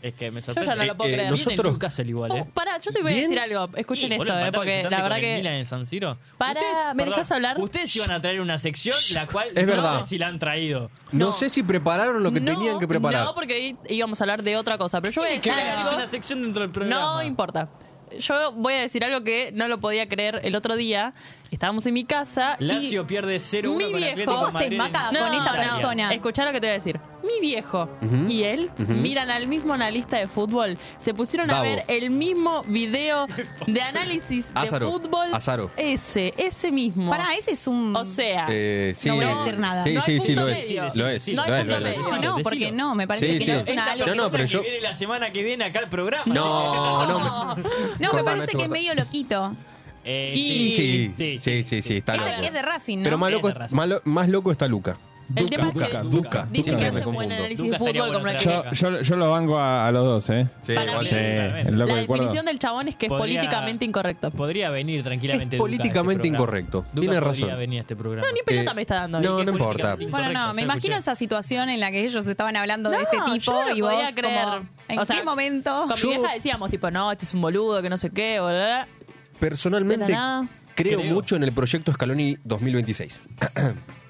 S2: que...
S4: Es que me
S2: Yo ya no
S4: sorprende.
S2: lo puedo
S5: Eh, eh,
S2: creer.
S5: nosotros-
S4: Viene el Newcastle igual, ¿eh?
S2: Oh, pará, yo te voy a
S5: Bien.
S2: decir algo. Escuchen
S4: Sí,
S2: esto,
S4: boludo,
S2: eh,
S4: empataron
S2: porque
S4: visitante
S2: la verdad
S4: con el Milan
S2: que...
S4: en San Siro.
S2: Pará, ¿me dejás hablar?
S4: Ustedes iban a traer una sección la cual
S5: Es verdad.
S4: no sé si la han traído.
S5: No.
S2: No.
S5: sé si prepararon lo que
S2: No,
S5: tenían que preparar.
S2: No, porque hoy íbamos a hablar de otra cosa. Pero yo voy a decir
S1: Claro.
S4: Es
S2: algo.
S4: una sección dentro del programa.
S2: No importa. Yo voy a decir algo que no lo podía creer el otro día. Estábamos en mi casa. y-
S4: Lazio pierde 0-1
S2: Mi
S4: con
S2: viejo-
S4: Atlético
S2: Vos
S4: Madrid.
S1: se maca
S4: en-
S1: con esta
S4: Italia.
S1: persona.
S2: Escuchá lo que te voy a decir. mi viejo
S5: Ujú.
S2: y él miran al mismo analista de fútbol. Se pusieron a
S5: Davo.
S2: ver el mismo video de análisis
S5: Azaro,
S2: de fútbol.
S5: Azaro.
S2: Ese, ese mismo.
S1: Pará, eh. ese es un.
S2: o sea,
S5: Eh, sí,
S1: No voy a decir nada.
S5: Sí,
S2: No hay
S5: sí, sí,
S2: punto
S5: lo
S2: medio.
S5: es. Lo es.
S2: No hay
S5: lo es,
S2: punto
S5: lo es.
S2: medio.
S1: no,
S4: decilo,
S1: porque
S4: decilo.
S1: no, me parece
S5: Sí,
S1: que
S5: sí.
S1: no es
S5: Es
S1: una
S5: la
S1: algo.
S5: No, no, pero
S10: que
S5: yo-
S10: viene la semana que viene acá al programa.
S5: No, no. me-
S1: No, me
S5: Cortame
S1: parece
S5: esto,
S1: que es
S5: cortame.
S1: medio loquito.
S4: Eh,
S5: Sí, sí, sí, sí, sí, está
S1: Ese
S5: loco.
S1: que es de Racing, ¿no?
S5: Pero más
S4: Bien,
S5: loco,
S4: Razz.
S5: más, lo- más loco está Luca.
S2: el tema es que
S5: Duca, Duca.
S2: dicen
S5: Duca,
S2: que
S5: me
S2: hace buen
S5: confundo.
S2: análisis de
S4: Duca estaría
S2: fútbol
S4: bueno
S2: como la
S4: traer.
S7: Yo, yo, yo lo banco a, a los dos, ¿eh?
S5: Sí,
S2: Para
S5: igual
S2: mí,
S5: sí.
S7: Sí, el loco
S2: La
S7: del cuerdo.
S2: definición del chabón es que es
S4: Podría-
S2: políticamente incorrecto.
S4: Podría venir tranquilamente.
S5: Es políticamente incorrecto. Tiene
S4: Tiene razón. Podría
S5: razón.
S4: venir a este programa.
S2: Ni pelota me está dando.
S5: Eh, no, no importa.
S1: Bueno, no, me imagino esa situación en la que ellos estaban hablando de
S2: No,
S1: este
S2: yo no
S1: tipo
S2: lo
S1: y vos
S2: podía creer.
S1: como, ¿en
S2: O sea,
S1: qué momento?
S2: Con mi vieja decíamos, tipo, no, este es un boludo, que no sé qué, o bla, bla.
S5: Personalmente,
S2: De la nada.
S5: creo,
S4: Creo.
S5: mucho en el proyecto Scaloni 2026.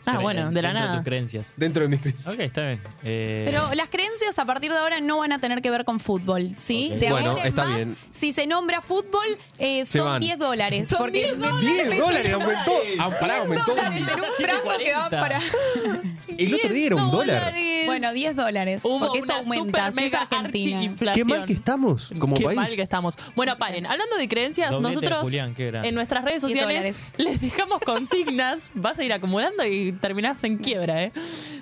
S2: Ah, bueno, de la nada.
S4: tus creencias.
S5: Dentro de mis
S4: Ok, está bien. Eh,
S1: Pero las creencias a partir de ahora no van a tener que ver con fútbol, ¿sí?
S5: Ok.
S1: De
S5: Bueno,
S1: ahora en
S5: está
S1: más,
S5: bien.
S1: Si se nombra fútbol, eh,
S5: Se
S1: son
S5: van.
S1: 10 dólares. porque 10
S5: 10 dólares aumentó. Ah, pará, aumentó.
S1: dólares en un franco que va
S4: 7.40.
S1: para...
S5: El otro día era un dólar.
S2: Bueno,
S1: Bueno, 10 dólares,
S2: hubo
S1: porque esto
S2: una
S1: aumenta,
S2: super
S1: si es
S2: mega
S1: Argentina.
S5: Qué mal que estamos como
S2: Qué
S5: país.
S2: mal que estamos. Bueno, paren. Hablando de creencias,
S4: Doblete de
S2: nosotros
S4: Julián, qué grande.
S2: en nuestras redes
S1: 10
S2: sociales
S1: dólares.
S2: les dejamos consignas. Vas a ir acumulando y terminás en quiebra, ¿eh?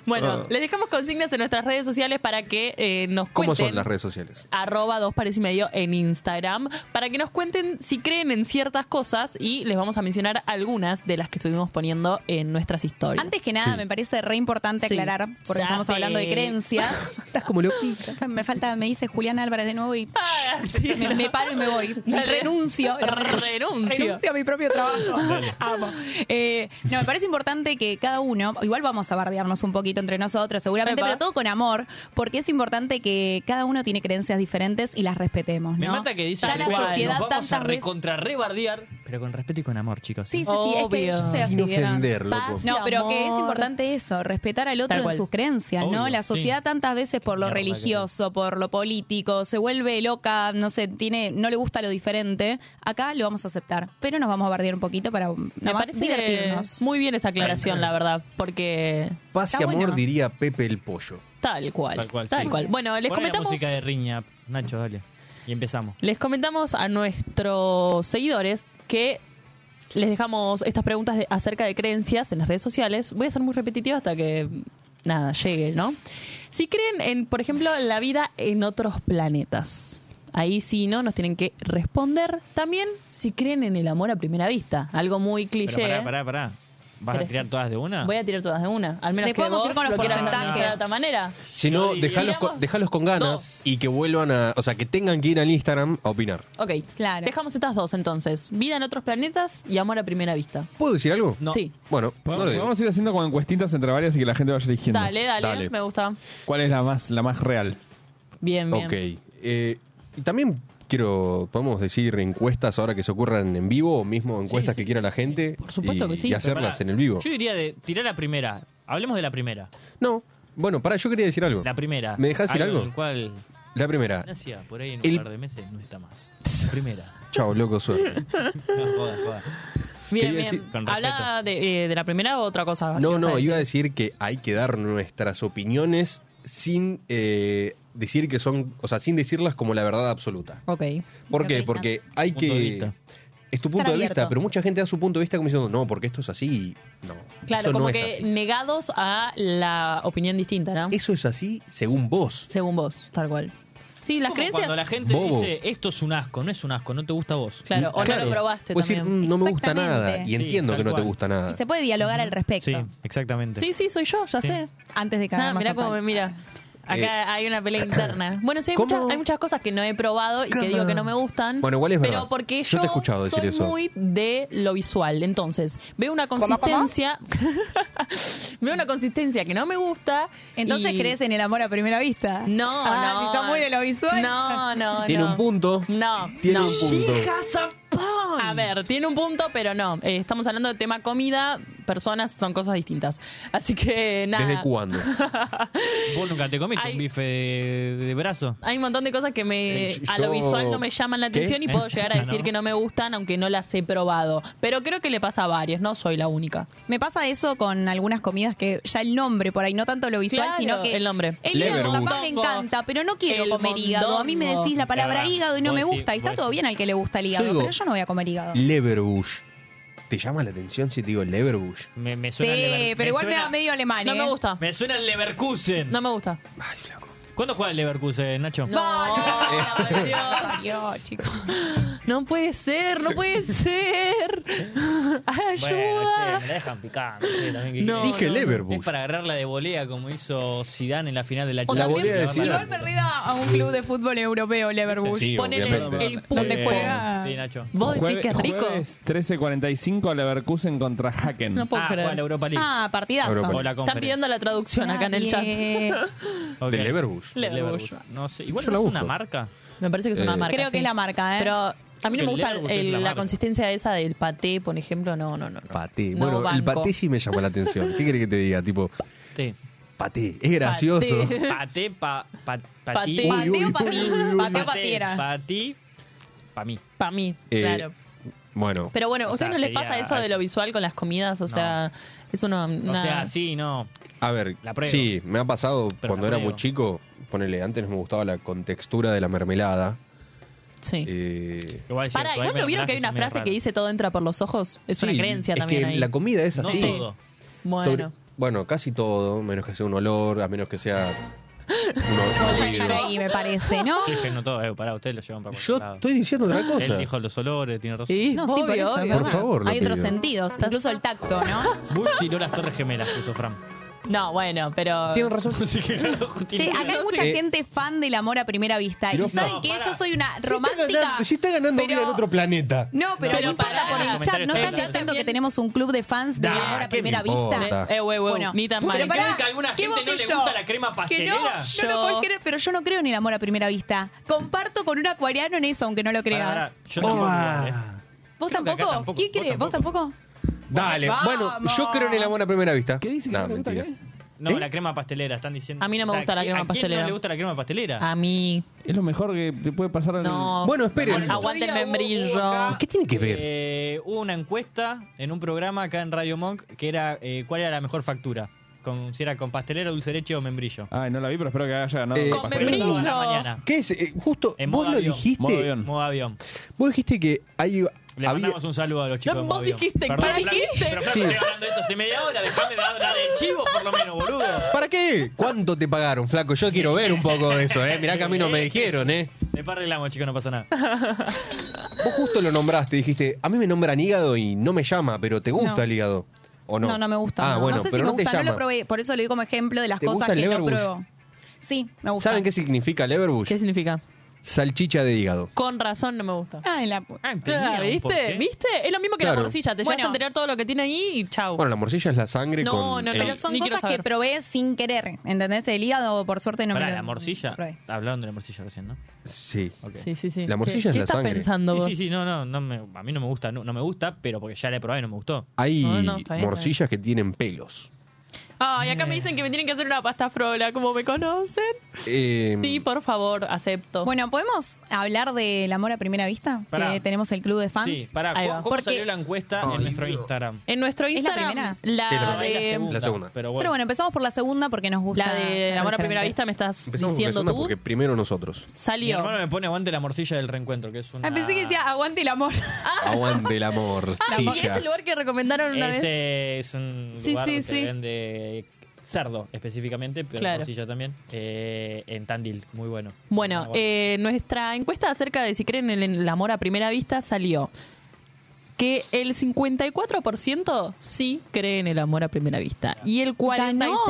S2: Bueno,
S5: Ah.
S2: les dejamos consignas en nuestras redes sociales para que eh, nos
S5: ¿Cómo
S2: cuenten.
S5: son las redes sociales?
S2: arroba dos pares y medio en Instagram para que nos cuenten si creen en ciertas cosas y les vamos a mencionar algunas de las que estuvimos poniendo en nuestras historias.
S1: Antes que nada,
S5: Sí.
S1: me parece re importante
S2: Sí.
S1: aclarar, porque
S2: Sape.
S1: estamos hablando de creencias.
S5: Estás como loquita.
S1: me falta, me dice Julián Álvarez de nuevo y
S2: Ah, sí,
S1: me, me paro y me voy.
S2: Dale.
S1: Renuncio.
S2: renuncio.
S1: Renuncio a mi propio trabajo. Amo. Eh, no, me parece importante que cada uno, igual vamos a bardearnos un poquito entre nosotros, seguramente,
S2: Epa.
S1: pero todo con amor, porque es importante que cada uno tiene creencias diferentes y las respetemos.
S4: me
S1: ¿no?
S4: mata que dice
S1: Ya
S4: tal
S1: la
S4: cual,
S1: sociedad
S4: nos vamos a
S1: tantas veces.
S4: recontrarrebardear, pero con respeto y con amor, chicos.
S1: Sí, sí, sí, es que
S2: Obvio.
S1: yo soy así,
S5: Sin
S1: ¿verdad?
S5: ofender, loco.
S2: Paz.
S1: No, pero que es
S2: amor.
S1: importante eso, respetar al
S2: Tal
S1: otro
S2: cual.
S1: en sus creencias, ¿no?
S4: Obvio,
S1: La
S4: sí.
S1: sociedad tantas veces por lo
S4: Mierda, que
S1: religioso, por lo político, se vuelve loca, no sé, tiene, no le gusta lo diferente. Acá lo vamos a aceptar, pero nos vamos a bardear un poquito para
S2: Me
S1: nada más
S2: parece
S1: divertirnos.
S2: muy bien esa aclaración, la verdad, porque
S5: Paz y
S1: Está
S5: amor
S1: bueno.
S5: diría Pepe el Pollo.
S2: tal cual. Tal
S4: Tal
S2: cual.
S4: cual, sí.
S2: Bueno, les
S4: Poné
S2: comentamos
S4: la música de riña, Nacho, dale. Y empezamos.
S2: Les comentamos a nuestros seguidores que les dejamos estas preguntas de- acerca de creencias en las redes sociales. Voy a ser muy repetitiva hasta que nada llegue, ¿no? Si creen en, por ejemplo, la vida en otros planetas. Ahí sí, ¿no? Nos tienen que responder. También si creen en el amor a primera vista. Algo muy cliché. ¿eh?
S4: Pero pará, pará, pará. ¿Vas a
S2: Pero-
S4: tirar todas de
S5: Ah.
S4: una?
S2: Voy a tirar todas de una. Al menos
S1: Después
S2: que
S1: vamos a ir
S2: vos
S1: con los
S2: lo quieras
S1: porcentajes.
S2: plantear de otra manera.
S5: Si no, dejalos con,
S2: digamos,
S5: dejalos con ganas
S2: dos.
S5: y que vuelvan a. O sea, que tengan que ir al Instagram a opinar.
S2: Ok.
S1: Claro.
S2: Dejamos estas dos entonces. Vida en otros planetas y amor a primera vista.
S5: ¿Puedo decir algo?
S4: No.
S2: Sí.
S5: Bueno, no lo
S7: Vamos,
S5: digo.
S7: vamos a ir haciendo con encuestitas entre varias y que la gente vaya eligiendo.
S2: Dale, dale,
S5: Dale.
S2: me gusta.
S7: ¿Cuál es la más, la más real?
S2: Bien, bien.
S5: Ok. Eh, y también quiero, podemos decir encuestas ahora que se ocurran en vivo o mismo encuestas que quiera la gente.
S2: Por supuesto
S5: y,
S2: que sí.
S5: Y
S4: Pero
S5: hacerlas
S4: pará,
S5: en el vivo.
S4: Yo diría de tirar la primera. Hablemos de la primera.
S5: No. Bueno, para, yo quería decir algo.
S4: La primera.
S5: ¿Me dejás decir algo?
S4: en el cual
S5: La primera.
S4: Ignacia, por ahí en un
S5: El-
S4: par de meses, no está más. La primera.
S5: Chao, loco, suerte.
S4: No, joda, joda.
S2: Bien,
S5: Quería
S2: bien.
S5: decir-
S4: Con
S2: Hablá de, eh, de la primera o otra
S5: No,
S2: cosa. Ah, ¿Qué vas a
S5: no,
S2: decir?
S5: iba a decir que hay que dar nuestras opiniones sin eh, decir que son, o sea, sin decirlas como la verdad absoluta.
S2: Ok.
S5: ¿Por qué?
S1: Ok,
S5: Porque hay
S4: Punto de
S5: que...
S4: vista.
S5: Es tu punto
S1: Estar
S5: de vista,
S1: abierto.
S5: pero mucha gente da su punto de vista como diciendo, no, porque esto es así. y No,
S2: Claro,
S5: eso
S2: como
S5: no es
S2: que
S5: así.
S2: negados a la opinión distinta, ¿no?
S5: Eso es así según vos.
S2: Según vos, tal cual. Sí, las
S4: Como
S2: creencias.
S4: Cuando la gente
S5: Bobo.
S4: dice, esto es un asco, no es un asco, no te gusta a vos.
S2: Claro, o no
S5: Claro.
S2: lo probaste
S5: Puedes decir,
S2: también.
S5: "Mm, no me gusta
S1: Exactamente.
S5: nada. Y
S1: Sí,
S5: entiendo
S4: tal
S5: que no te
S4: cual.
S5: gusta
S1: Y
S5: nada.
S1: se puede dialogar al
S4: Sí,
S1: respecto.
S5: mm.
S4: exactamente.
S2: Sí, sí, soy yo, ya
S4: Sí.
S2: sé.
S1: Antes de que
S2: Ah,
S1: hagamos
S2: mirá cómo
S1: ataques.
S2: me mira. Acá hay una pelea interna. Bueno, sí, hay,
S5: Eh, ¿Cómo?
S2: muchas, hay muchas cosas que no he probado y que
S5: ¿Cómo?
S2: digo que no me gustan.
S5: Bueno, igual es verdad.
S2: Pero porque yo,
S5: Yo te he escuchado decir
S2: soy
S5: eso.
S2: muy de lo visual. Entonces, veo una consistencia. veo una consistencia que no me gusta.
S1: Entonces
S2: y-
S1: crees en el amor a primera vista.
S2: No,
S1: Ah,
S2: no.
S1: Si son muy de lo visual.
S2: No, no,
S5: Tiene
S2: no.
S5: un punto.
S2: No,
S5: Tiene
S2: no.
S5: un punto.
S2: A ver, tiene un punto, pero no. Eh, estamos hablando de tema comida, personas son cosas distintas. Así que nada.
S5: ¿Desde cuándo?
S4: Vos nunca te comiste
S2: Ay.
S4: un bife de, de brazo.
S2: Hay un montón de cosas que me
S5: Eh,
S2: a lo
S5: yo-
S2: visual no me llaman la
S5: ¿Qué?
S2: atención y puedo llegar a decir
S4: No.
S2: que no me gustan, aunque no las he probado. Pero creo que le pasa a varios, no soy la única.
S1: Me pasa eso con algunas comidas que ya el nombre, por ahí no tanto lo visual,
S2: Claro,
S1: sino que.
S2: el nombre.
S1: El hígado
S7: Leverwurst.
S1: capaz me encanta, pero no quiero
S2: El
S1: comer hígado. A mí me
S2: mondongo.
S1: decís la palabra
S4: Claro,
S1: hígado y no
S4: vos
S1: me
S4: decís-
S1: gusta. Y está
S4: vos
S1: todo
S4: decís-
S1: bien al que le gusta el hígado,
S5: digo-
S1: pero yo no voy a comer hígado.
S5: Leverbush. ¿Te llama la atención si te digo Leverbush?
S4: Me, me
S1: Sí,
S4: suena al Lever-
S1: pero igual me
S4: suena-
S1: da medio alemán.
S2: No
S1: ¿eh?
S2: me gusta.
S4: Me suena el Leverkusen.
S2: No me gusta.
S4: ¿Cuándo juega el Leverkusen, Nacho?
S2: No, por Dios.
S1: Dios, chicos.
S2: No puede ser, no puede ser.
S4: Bueno, che,
S2: Ayuda.
S4: me la dejan picando. che, también que-
S2: No,
S5: Dije
S2: no, no.
S5: Leverbush.
S4: Es para agarrarla de volea como hizo Zidane en la final de la
S5: La
S4: Champions.
S5: volea de
S4: Agarrarla.
S5: Zidane.
S1: Igual perdida a un club de fútbol europeo, Leverbush.
S5: Sí,
S2: Ponen el,
S5: obviamente.
S2: el punto.
S1: ¿Dónde juega?
S4: Sí, Nacho.
S2: Vos decís
S7: Jueves-
S2: que es rico.
S7: Jueves 13.45 Leverkusen contra Haken.
S2: No puedo
S4: Ah,
S2: creer.
S4: juega la Europa League.
S1: Ah, partidazo.
S5: Europa
S4: o la
S2: Están
S4: Conference.
S2: pidiendo la traducción acá en el chat.
S1: Bien.
S4: Ok.
S5: ¿De Leverbush?
S4: De
S2: Leverbush.
S4: Leverkusen. No sé. Igual
S5: Yo
S4: no
S5: la
S4: es una
S5: busco.
S4: marca.
S2: Me parece que es una
S5: Eh,
S2: marca.
S1: Creo
S2: sí.
S1: que es la marca, ¿eh?
S2: Pero a mí no
S4: El
S2: me gusta
S4: Leverkusen
S2: el-
S4: es la
S2: la
S4: marca.
S2: consistencia esa del paté, por ejemplo. No, no, no. no.
S5: Paté.
S2: No
S5: bueno, el
S2: banco.
S5: paté sí me llama la atención. ¿Qué querés que te diga? Tipo,
S4: Sí.
S5: paté. Es gracioso.
S2: Paté.
S4: Paté, pa, pa, patí.
S2: Paté.
S5: Uy,
S1: Pateo
S5: uy,
S1: para
S5: uy,
S1: mí,
S5: uy,
S1: pateo
S5: uy.
S1: para
S4: Paté,
S1: tierra.
S4: patí, pa' mí.
S2: Para mí,
S5: Eh,
S2: claro.
S5: Bueno,
S2: Pero bueno, ¿a
S4: o
S2: ustedes
S4: sea,
S2: no les
S4: sería
S2: pasa eso de
S4: eso.
S2: lo visual con las comidas? O sea, es una...
S4: O
S2: una-
S4: sea, sí, no.
S5: a ver,
S4: La pruebo.
S5: sí, me ha pasado
S4: la
S5: cuando era
S4: pruebo.
S5: muy chico. Ponele, antes me gustaba la contextura de la mermelada.
S2: sí.
S5: Eh,
S4: Igual es
S2: Para,
S4: cierto,
S2: igual
S4: hay
S2: no vieron que hay
S4: metrajes
S2: una
S4: medio
S2: frase que
S4: raros.
S2: dice todo entra por los ojos. Es una
S5: sí,
S2: creencia
S5: es
S2: también
S5: que
S2: ahí.
S5: la comida es
S4: No
S5: así.
S4: todo.
S2: Bueno,
S5: Sobre- bueno, casi todo, menos que sea un olor, a menos que sea un
S1: Vamos a
S5: olor.
S1: dejar ahí, me parece, ¿no?
S4: Dije, no todo. Eh, pará, ustedes lo llevan para
S5: Yo
S4: cualquier lado.
S5: estoy diciendo otra
S4: Él
S5: cosa.
S4: dijo los olores, tiene razón.
S2: sí,
S1: No, sí, por
S2: obvio,
S1: eso. es
S2: obvio.
S5: Por
S1: verdad.
S5: favor, lo
S1: Hay otros
S5: pido.
S1: sentidos, incluso el tacto, ¿no?
S4: Bull tiró las torres gemelas que usó Fran.
S2: No, bueno, pero...
S5: Tienen razón.
S1: Sí, acá hay mucha
S5: Eh,
S1: gente fan del amor a primera vista.
S5: pero
S1: Y saben
S4: no,
S1: que
S4: pará.
S1: yo soy una
S5: Si está
S1: romántica.
S5: ganando, si está ganando vida
S1: pero-
S5: en otro planeta.
S1: No, pero
S4: No,
S1: no,
S4: pero
S1: importa
S4: pará,
S1: por
S4: el
S1: el chat.
S4: comentario
S1: No
S4: está
S1: están
S4: bien.
S1: diciendo que tenemos un club de fans de
S5: Da,
S1: amor a
S5: ¿qué me
S1: primera vista.
S5: importa?
S2: Eh, huevo,
S1: Bueno.
S2: ni tan
S4: ¿Vos
S2: mal.
S4: te
S1: Pero
S4: creen
S1: pará,
S4: que a alguna
S1: ¿qué
S4: gente
S1: voté
S4: no le
S1: yo?
S4: gusta la crema pastelera?
S1: Que no, yo no
S2: Yo-
S1: lo puedo creer, pero yo no creo en el amor a primera vista. Comparto con un acuariano en eso, aunque no lo creas.
S4: Pará, pará, yo
S5: Oh,
S4: tampoco creo, eh.
S5: ah.
S1: ¿Vos
S4: Creo que acá
S1: tampoco?
S4: tampoco,
S1: ¿Quién
S4: vos
S1: cree? ¿Vos tampoco?
S5: Dale,
S1: Vamos.
S5: bueno, yo creo en el amor a primera vista. ¿Qué dice? No, mentira.
S4: No,
S5: ¿Eh?
S4: la crema pastelera, están diciendo.
S2: A mí no me gusta la
S4: ¿a quién-
S2: crema
S4: ¿A quién
S2: pastelera? Ah.
S4: no le gusta la crema pastelera?
S2: A mí,
S7: Es lo mejor que te puede pasar en
S2: no.
S5: Bueno, esperen.
S2: Bueno, aguante el membrillo.
S5: Ah, ¿Qué tiene que ver?
S4: Eh, hubo una encuesta en un programa acá en Radio Monk que era eh, cuál era la mejor factura. Con, si era con pastelera, dulce de leche o membrillo.
S7: Ay, no la vi, pero espero que haya ganado.
S5: Eh,
S7: la
S5: Con
S7: pastelera.
S4: El sábado a la
S2: membrillo.
S4: mañana.
S5: ¿Qué es? Eh, justo,
S4: En
S5: vos
S4: modo
S5: lo
S4: avión,
S7: modo
S5: dijiste.
S7: avión.
S4: Modo avión.
S5: Vos dijiste que hay.
S4: Le
S5: había-
S4: mandamos un saludo a los chicos.
S2: No,
S4: de
S2: vos
S4: Modo Avión.
S2: dijiste,
S4: Perdón,
S2: ¿para
S4: Fran,
S2: qué?
S4: Pero Fran,
S5: Sí.
S4: estoy hablando de eso hace media hora. Dejame de hablar del chivo, por lo menos, boludo.
S5: ¿Para qué? ¿Cuánto te pagaron, flaco? Yo quiero ver un poco de eso, ¿eh? Mirá que a mí no me dijeron, ¿eh?
S4: Después arreglamos, chicos, no pasa nada.
S5: Vos justo lo nombraste, dijiste, a mí me nombran hígado y no me llama, pero ¿te gusta
S1: No.
S5: el hígado? ¿O no?
S1: No, no me gusta.
S5: Ah,
S1: no.
S5: bueno,
S1: no sé
S5: pero
S1: si
S5: no
S1: me
S5: te
S1: gusta, no
S5: llama.
S1: lo probé. Por eso lo digo como ejemplo de las
S5: ¿Te
S1: cosas
S5: gusta el
S1: que no
S5: Leverbush?
S1: pruebo. Sí, me gusta.
S5: ¿Saben qué significa Leverbush?
S2: ¿Qué significa?
S5: Salchicha de hígado.
S2: Con razón no me gusta.
S1: Ah, en la pu-
S4: Ah, entendía
S2: Ah,
S4: un
S2: ¿Viste?
S4: porqué.
S2: ¿Viste? Es lo mismo que la
S5: Claro.
S2: morcilla. Te llevas
S1: Bueno.
S2: a enterar todo lo que tiene ahí y chau.
S5: Bueno, la morcilla es la sangre
S2: No,
S5: con.
S2: no, no,
S5: el-
S1: Pero son
S2: Ni quiero
S1: cosas que
S2: saber.
S1: probé sin querer, ¿entendés? El hígado, por suerte, no
S4: Pará,
S1: me lo-
S4: la morcilla.
S1: probé.
S4: Hablaron de la morcilla recién, ¿no?
S5: Sí.
S4: Ok.
S2: sí, sí, sí.
S5: La morcilla
S2: ¿Qué,
S5: es
S2: ¿qué
S5: la
S2: estás
S5: sangre.
S2: pensando vos?
S4: Sí, sí, sí, no, no, no me, a mí no me gusta, no, no me gusta, pero porque ya la he probado y no me gustó.
S5: Hay
S2: No, no, está bien,
S5: morcillas que tienen pelos.
S2: Ay, acá me dicen que me tienen que hacer una pasta frola, como me conocen.
S5: Eh,
S2: Sí, por favor, acepto.
S1: Bueno, ¿podemos hablar del amor a primera vista?
S4: Pará.
S1: Que tenemos el club de fans.
S4: Sí, pará,
S2: Ahí
S4: ¿cómo,
S2: va.
S4: cómo
S1: Porque-
S4: salió la encuesta
S5: Ay,
S4: en nuestro
S5: Dios.
S4: Instagram?
S2: en nuestro
S1: ¿Es la
S2: Instagram,
S1: primera?
S2: la,
S5: Sí, la
S4: Por ahí
S5: primera.
S2: de...
S5: La
S4: Pero
S5: segunda.
S1: eh, Pero
S4: bueno,
S1: bueno, empezamos por la segunda porque nos gusta.
S2: La de amor a primera
S1: diferente.
S2: vista me estás
S5: empezamos con la
S2: diciendo
S5: segunda
S2: tú.
S5: porque primero nosotros.
S4: mi
S2: Salió.
S4: hermano me pone aguante la morcilla del reencuentro, que es una...
S1: Ah, pensé que decía aguante el amor.
S5: Aguante la
S2: Ah, porque es
S5: morcilla.
S2: el lugar que recomendaron una vez.
S4: Ese es un
S2: Sí,
S4: lugar
S2: sí,
S4: que
S2: sí.
S4: vende cerdo específicamente, pero
S2: Claro.
S4: morcilla también, eh, en Tandil, muy bueno.
S2: Bueno,
S4: Ah,
S2: eh, nuestra encuesta acerca de si creen en el amor a primera vista salió que el 54% sí cree en el amor a primera vista y el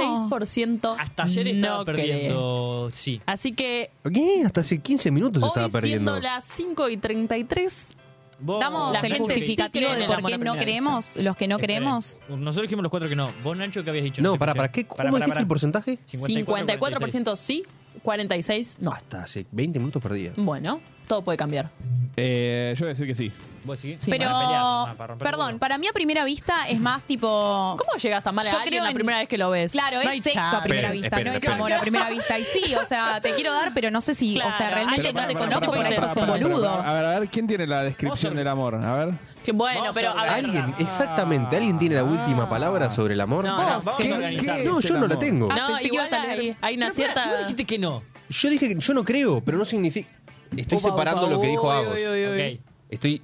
S2: 46%
S4: Hasta ayer estaba
S2: no cree.
S4: perdiendo, sí.
S2: Así que
S5: ¿Qué? Hasta hace 15 minutos
S2: hoy
S5: estaba perdiendo.
S2: siendo las 5 y 33,
S4: Vos-
S1: Damos
S2: La
S1: el
S2: gente sí
S1: justificativo
S2: cree en
S1: de
S2: el
S1: por
S2: amor a
S1: qué no
S2: primera
S1: creemos, los que no
S4: Esperen.
S1: creemos.
S4: Nosotros dijimos los cuatro que no. Vos, Nacho, ¿qué habías dicho?
S5: No,
S4: te
S5: para,
S4: escuché.
S5: para qué. ¿Cómo
S4: Pará, pará,
S5: dijiste
S4: pará.
S5: el porcentaje?
S4: 46.
S2: 54% sí, 46% no.
S5: Hasta hace 20 minutos perdía.
S2: Bueno, todo puede cambiar.
S7: Eh, yo voy a decir que sí.
S4: ¿Vos sí?
S2: Sí.
S4: Para pelear, nomás,
S1: Pero,
S4: para romper el
S1: perdón,
S4: culo.
S1: para mí a primera vista es más tipo...
S2: ¿Cómo llegas a amar a
S1: Yo
S2: alguien
S1: creo
S2: la
S1: en-
S2: primera vez que lo ves?
S1: Claro,
S2: No hay
S1: es sexo a
S2: chance.
S1: primera
S11: Esperen,
S1: vista,
S11: esperen,
S1: no es
S11: esperen.
S1: amor a primera vista. Y sí, o sea, te quiero dar, pero no sé si, o sea,
S2: Claro,
S1: realmente
S2: alguien
S1: no te
S2: para, para,
S1: conozco, por
S2: para,
S1: ahí
S2: para,
S1: sos un
S2: para, para,
S1: boludo.
S7: A ver, a ver, ¿quién tiene la descripción del amor? A ver.
S2: Que Bueno,
S4: Vamos
S2: pero
S4: a
S2: a ver.
S5: ¿Alguien, exactamente, ¿alguien tiene la última palabra sobre el amor?
S2: Ah. No, no,
S4: vamos
S5: ¿Qué-
S4: a organizar.
S5: qué? No,
S7: Es
S5: yo
S7: el
S5: no la
S7: amor.
S5: tengo.
S2: No,
S1: pensé que
S2: igual
S1: ibas a
S2: hay,
S1: leer.
S2: hay una
S4: Pero pará,
S2: cierta...
S4: si vos dijiste que no.
S5: Yo dije que yo no creo, pero no significa. Estoy
S2: Opa,
S5: separando
S2: opa,
S5: lo que dijo
S2: uy,
S5: Agos.
S2: uy, uy, uy.
S4: Ok.
S5: Estoy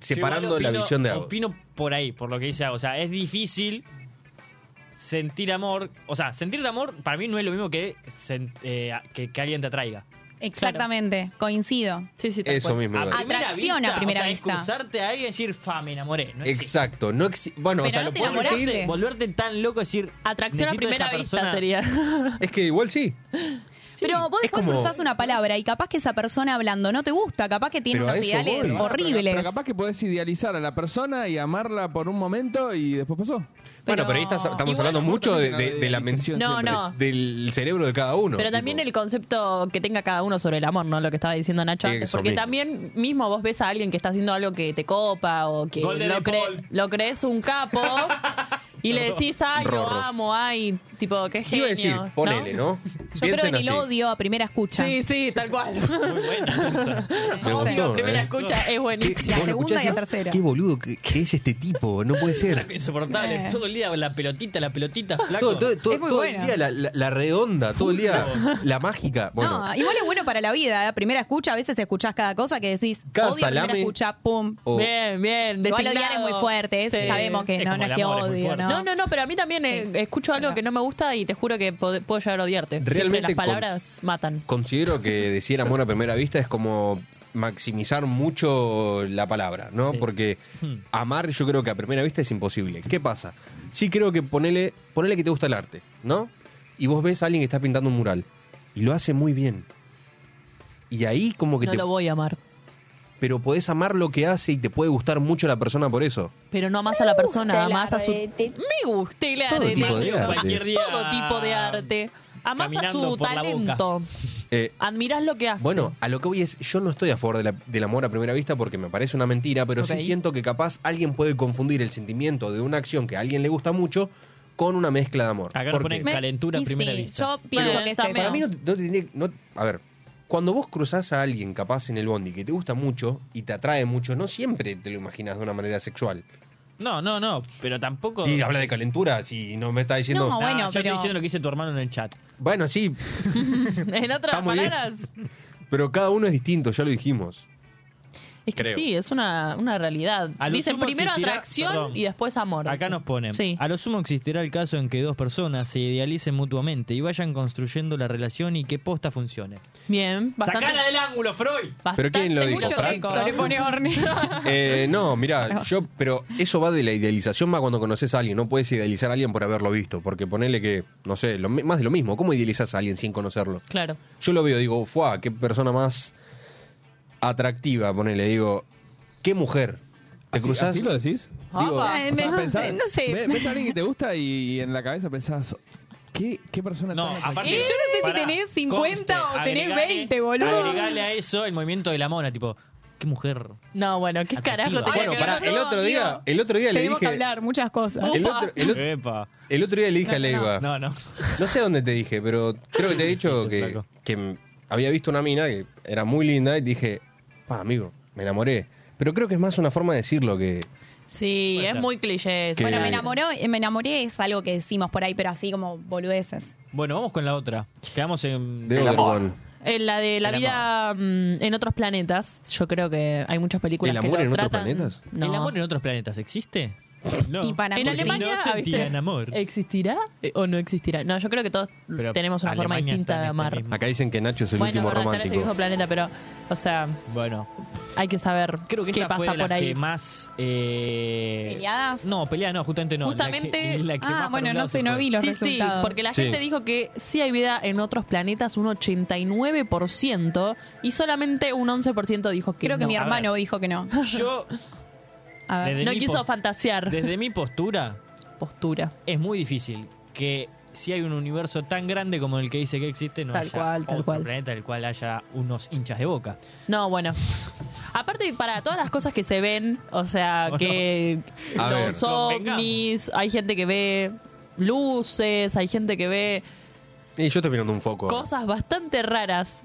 S5: separando
S4: Yo igual
S5: la
S4: opino-
S5: visión de Agos.
S4: Opino por ahí, por lo que dice Agos. O sea, es difícil sentir amor. O sea, sentir amor para mí no es lo mismo que, sen- eh, que, que alguien te atraiga.
S1: Exactamente, coincido.
S2: Sí, sí, tal
S5: Eso
S2: cual.
S5: mismo.
S4: A
S5: iba a decir.
S4: primera
S1: Atracción
S4: vista,
S1: a primera
S4: o sea, es
S1: vista.
S4: cruzarte a alguien y decir, fa, me enamoré. No existe.
S5: Exacto. No exi- bueno,
S1: Pero
S5: o sea,
S1: no
S5: lo
S1: te
S5: puedo
S1: enamorás.
S5: decir.
S4: Volverte, volverte tan loco es decir.
S2: Atracción a
S4: necesito
S2: primera
S4: esa
S2: vista
S4: persona.
S2: sería.
S5: Es que igual sí.
S1: Pero vos
S5: Es
S1: después
S5: como-
S1: cruzás una palabra y capaz que esa persona hablando no te gusta, capaz que tiene
S5: Pero a
S1: unos
S5: eso
S1: ideales
S5: voy.
S1: horribles.
S7: Pero capaz que podés idealizar a la persona y amarla por un momento y después pasó.
S5: Bueno, pero ahí está- estamos hablando mucho de, de- de la mención
S2: No, no.
S5: del cerebro de cada uno.
S2: Pero también
S5: tipo.
S2: el concepto que tenga cada uno sobre el amor, ¿no? Lo que estaba diciendo Nacho antes.
S5: Eso
S2: Porque
S5: mismo.
S2: también mismo vos ves a alguien que está haciendo algo que te copa o que
S4: Gol de
S2: lo,
S4: De
S2: cre-
S4: Paul.
S2: lo crees un capo y le decís, ay, lo
S5: Rorro.
S2: amo, ay, tipo, qué
S5: ¿Qué
S2: genio.
S5: iba a decir? Ponele, ¿no?
S1: Yo creo
S5: Piensen
S1: en el
S5: así.
S1: odio a primera escucha.
S2: Sí, sí, tal cual.
S4: Muy buena.
S5: Me
S2: Obvio,
S5: gustó,
S2: primera
S5: ¿eh?
S2: escucha es
S5: ¿Qué-
S2: buenísima.
S1: La
S5: vos lo
S1: segunda
S5: escuchás
S1: y la
S5: decís,
S1: tercera.
S5: Qué boludo que, que es este tipo. No puede ser.
S4: Insoportable.
S1: Eh.
S4: Todo el día la pelotita, la pelotita, flaco.
S5: Todo, todo- todo-
S1: Es muy
S5: todo el
S1: buena.
S5: día la, la- la redonda, todo el día la mágica. Bueno,
S1: No, igual es bueno para la vida. ¿eh? Primera escucha, a veces escuchás cada cosa que decís,
S5: Cada
S1: odio a primera
S5: salame.
S1: escucha, pum.
S5: o-
S2: Bien, bien.
S1: Igual
S2: designado.
S1: odiar es muy fuerte, eso
S2: Sí.
S1: sabemos que
S4: Es
S1: no,
S4: como
S1: no es
S4: el
S1: que
S4: amor, es muy
S1: odio,
S4: fuerte.
S1: ¿no.
S2: No, no, no, pero a mí también eh, escucho algo que no me gusta y te juro que pod- puedo llegar a odiarte. Siempre
S5: Realmente
S2: las
S5: con-
S2: palabras matan.
S5: Considero que decir amor a primera vista es como maximizar mucho la palabra, ¿no? Porque amar yo creo que a primera vista es imposible. ¿Qué pasa? Sí creo que ponele, ponele que te gusta el arte, ¿no? Y vos ves a alguien que está pintando un mural y lo hace muy bien. Y ahí como que
S2: No
S5: te...
S2: lo voy a amar.
S5: Pero podés amar lo que hace y te puede gustar mucho la persona por eso.
S2: Pero no amas a la persona, amas a su. Me gusta el
S5: Todo
S2: arte.
S5: tipo de arte.
S4: Cualquier día.
S2: Todo tipo de arte. Amás a
S4: Caminando
S2: su
S4: por la boca.
S2: talento.
S5: Eh,
S2: Admirás lo que hace.
S5: Bueno, a lo que voy es, yo no estoy a favor de la- del amor a primera vista porque me parece una mentira, pero
S2: Ok.
S5: sí siento que capaz alguien puede confundir el sentimiento de una acción que a alguien le gusta mucho con una mezcla de amor.
S4: Acá nos
S5: ¿Por
S4: ponen
S5: qué?
S1: ¿Ves?
S4: Calentura a
S1: Y
S4: primera
S1: sí,
S4: vista.
S1: Yo pienso
S2: Pero
S1: que es
S2: para
S1: eso.
S5: Para mí no, no te tiene- no- a ver, cuando vos cruzás a alguien capaz en el bondi que te gusta mucho y te atrae mucho, no siempre te lo imaginas de una manera sexual.
S4: No, no, no. Pero tampoco.
S5: Y habla de calentura, si no me está diciendo,
S1: No,
S4: Nah,
S1: bueno,
S4: yo estoy
S1: pero-
S4: diciendo lo que dice tu hermano en el chat.
S5: bueno, sí,
S2: en otras
S5: está muy bien.
S2: palabras.
S5: pero cada uno es distinto, ya lo dijimos.
S2: Es que
S5: Creo.
S2: sí, es una, una realidad.
S4: A lo
S2: Dicen
S4: sumo
S2: primero
S4: existirá-
S2: atracción
S4: perdón.
S2: y después amor.
S4: Acá nos ponen.
S2: Sí.
S4: A lo sumo existirá el caso en que dos personas se idealicen mutuamente y vayan construyendo la relación y que posta funcione.
S2: Bien, bastante.
S4: ¡Sacala del ángulo, Freud!
S2: bastante
S5: ¿Pero quién lo dijo,
S2: mucho
S5: Frank?
S2: rico.
S1: Le pone horny.
S5: Eh, no, mira, yo, pero eso va de la idealización, va cuando conoces a alguien. No puedes idealizar a alguien por haberlo visto, porque ponele que, no sé, lo mi- más de lo mismo. ¿Cómo idealizas a alguien sin conocerlo?
S2: Claro.
S5: Yo lo veo, digo, fuá, qué persona más atractiva, ponele, digo, qué mujer. ¿Te
S7: ¿Así,
S5: cruzás?
S7: así lo decís?
S5: digo,
S2: Opa.
S1: Eh,
S7: O sea,
S1: me-
S7: pensá-
S1: no sé.
S7: ve- Ves a alguien que te gusta y en la cabeza pensás, ¿qué, qué persona
S4: No,
S7: tan atractiva?
S4: aparte.
S1: Eh, yo no sé si
S4: pará,
S1: tenés 50
S4: conste,
S1: o tenés
S4: agregale-
S1: 20, boludo.
S4: Agregale a eso el movimiento de la mona, tipo, qué mujer.
S2: No, bueno, ¿qué
S4: Atractiva.
S2: carajo te
S5: Bueno,
S1: Ay,
S5: pará,
S1: no,
S5: el
S1: no,
S5: otro día,
S1: amigo.
S5: el otro día le
S1: Tenemos que
S5: dije.
S1: hablar muchas cosas.
S5: El otro, el otro-
S4: Epa.
S5: el otro día le dije a Leiva.
S4: No, no.
S5: No sé dónde te dije, pero creo que te he dicho que, que m- había visto una mina que era muy linda y dije, pa, amigo, me enamoré. Pero creo que es más una forma de decirlo que...
S2: Sí,
S4: Puede
S2: es
S4: ser.
S2: muy cliché. eso.
S5: Que-
S1: Bueno, me
S5: Eh.
S1: enamoró, eh, me enamoré es algo que decimos por ahí, pero así como boludeces.
S5: Eh,
S4: Bueno, vamos con la otra. Quedamos en.
S5: De other one.
S2: En eh, la de la
S4: El
S2: vida mm, en otros planetas, yo creo que hay muchas películas
S5: ¿El
S2: que
S5: amor
S2: lo
S5: en otros
S2: tratan-
S5: planetas?
S2: No.
S4: ¿El amor en otros planetas existe? No.
S1: Y para
S2: en
S1: mí,
S2: Alemania
S4: no
S2: ah,
S4: sentían
S2: ¿viste?
S4: amor.
S2: ¿Existirá eh, o no existirá? No, yo creo que todos
S4: Pero
S2: tenemos una forma
S4: Alemania está
S2: distinta
S4: en
S2: de
S4: este
S2: amar.
S4: mismo-
S5: Acá dicen que Nacho es el
S2: Bueno,
S5: último
S2: verdad, está en este
S5: romántico.
S2: mismo planeta, pero, o sea,
S4: Bueno,
S2: hay que saber
S4: creo que
S2: qué
S4: esta fue
S2: pasa
S4: de
S2: por
S4: las
S2: ahí.
S4: que más. eh,
S1: ¿Peleadas?
S4: No, pelea no, justamente no.
S2: Justamente-
S4: La que, la que
S1: Ah,
S4: más
S1: bueno,
S4: para
S1: no
S4: un lado
S1: sé,
S4: se
S1: no
S4: fue.
S1: vi los
S2: Sí,
S1: resultados.
S2: sí, porque la
S5: Sí.
S2: gente dijo que sí hay vida en otros planetas, un 89%, y solamente un 11% dijo que
S1: Creo que
S2: no.
S1: mi
S4: a
S1: hermano dijo que no.
S4: Yo,
S1: A ver.
S4: desde
S2: No
S4: mi
S2: quiso
S4: pos-
S2: fantasear.
S4: desde mi postura,
S2: Postura.
S4: es muy difícil que si hay un universo tan grande como el que dice que existe, no
S2: Tal
S4: haya
S2: cual, tal
S4: otro
S2: cual.
S4: planeta del cual haya unos hinchas de boca.
S2: No, bueno. Aparte, para todas las cosas que se ven, o sea, que
S5: A ver.
S2: los ovnis, hay gente que ve luces, hay gente que ve
S5: Y yo estoy mirando un foco. ahora.
S2: cosas bastante raras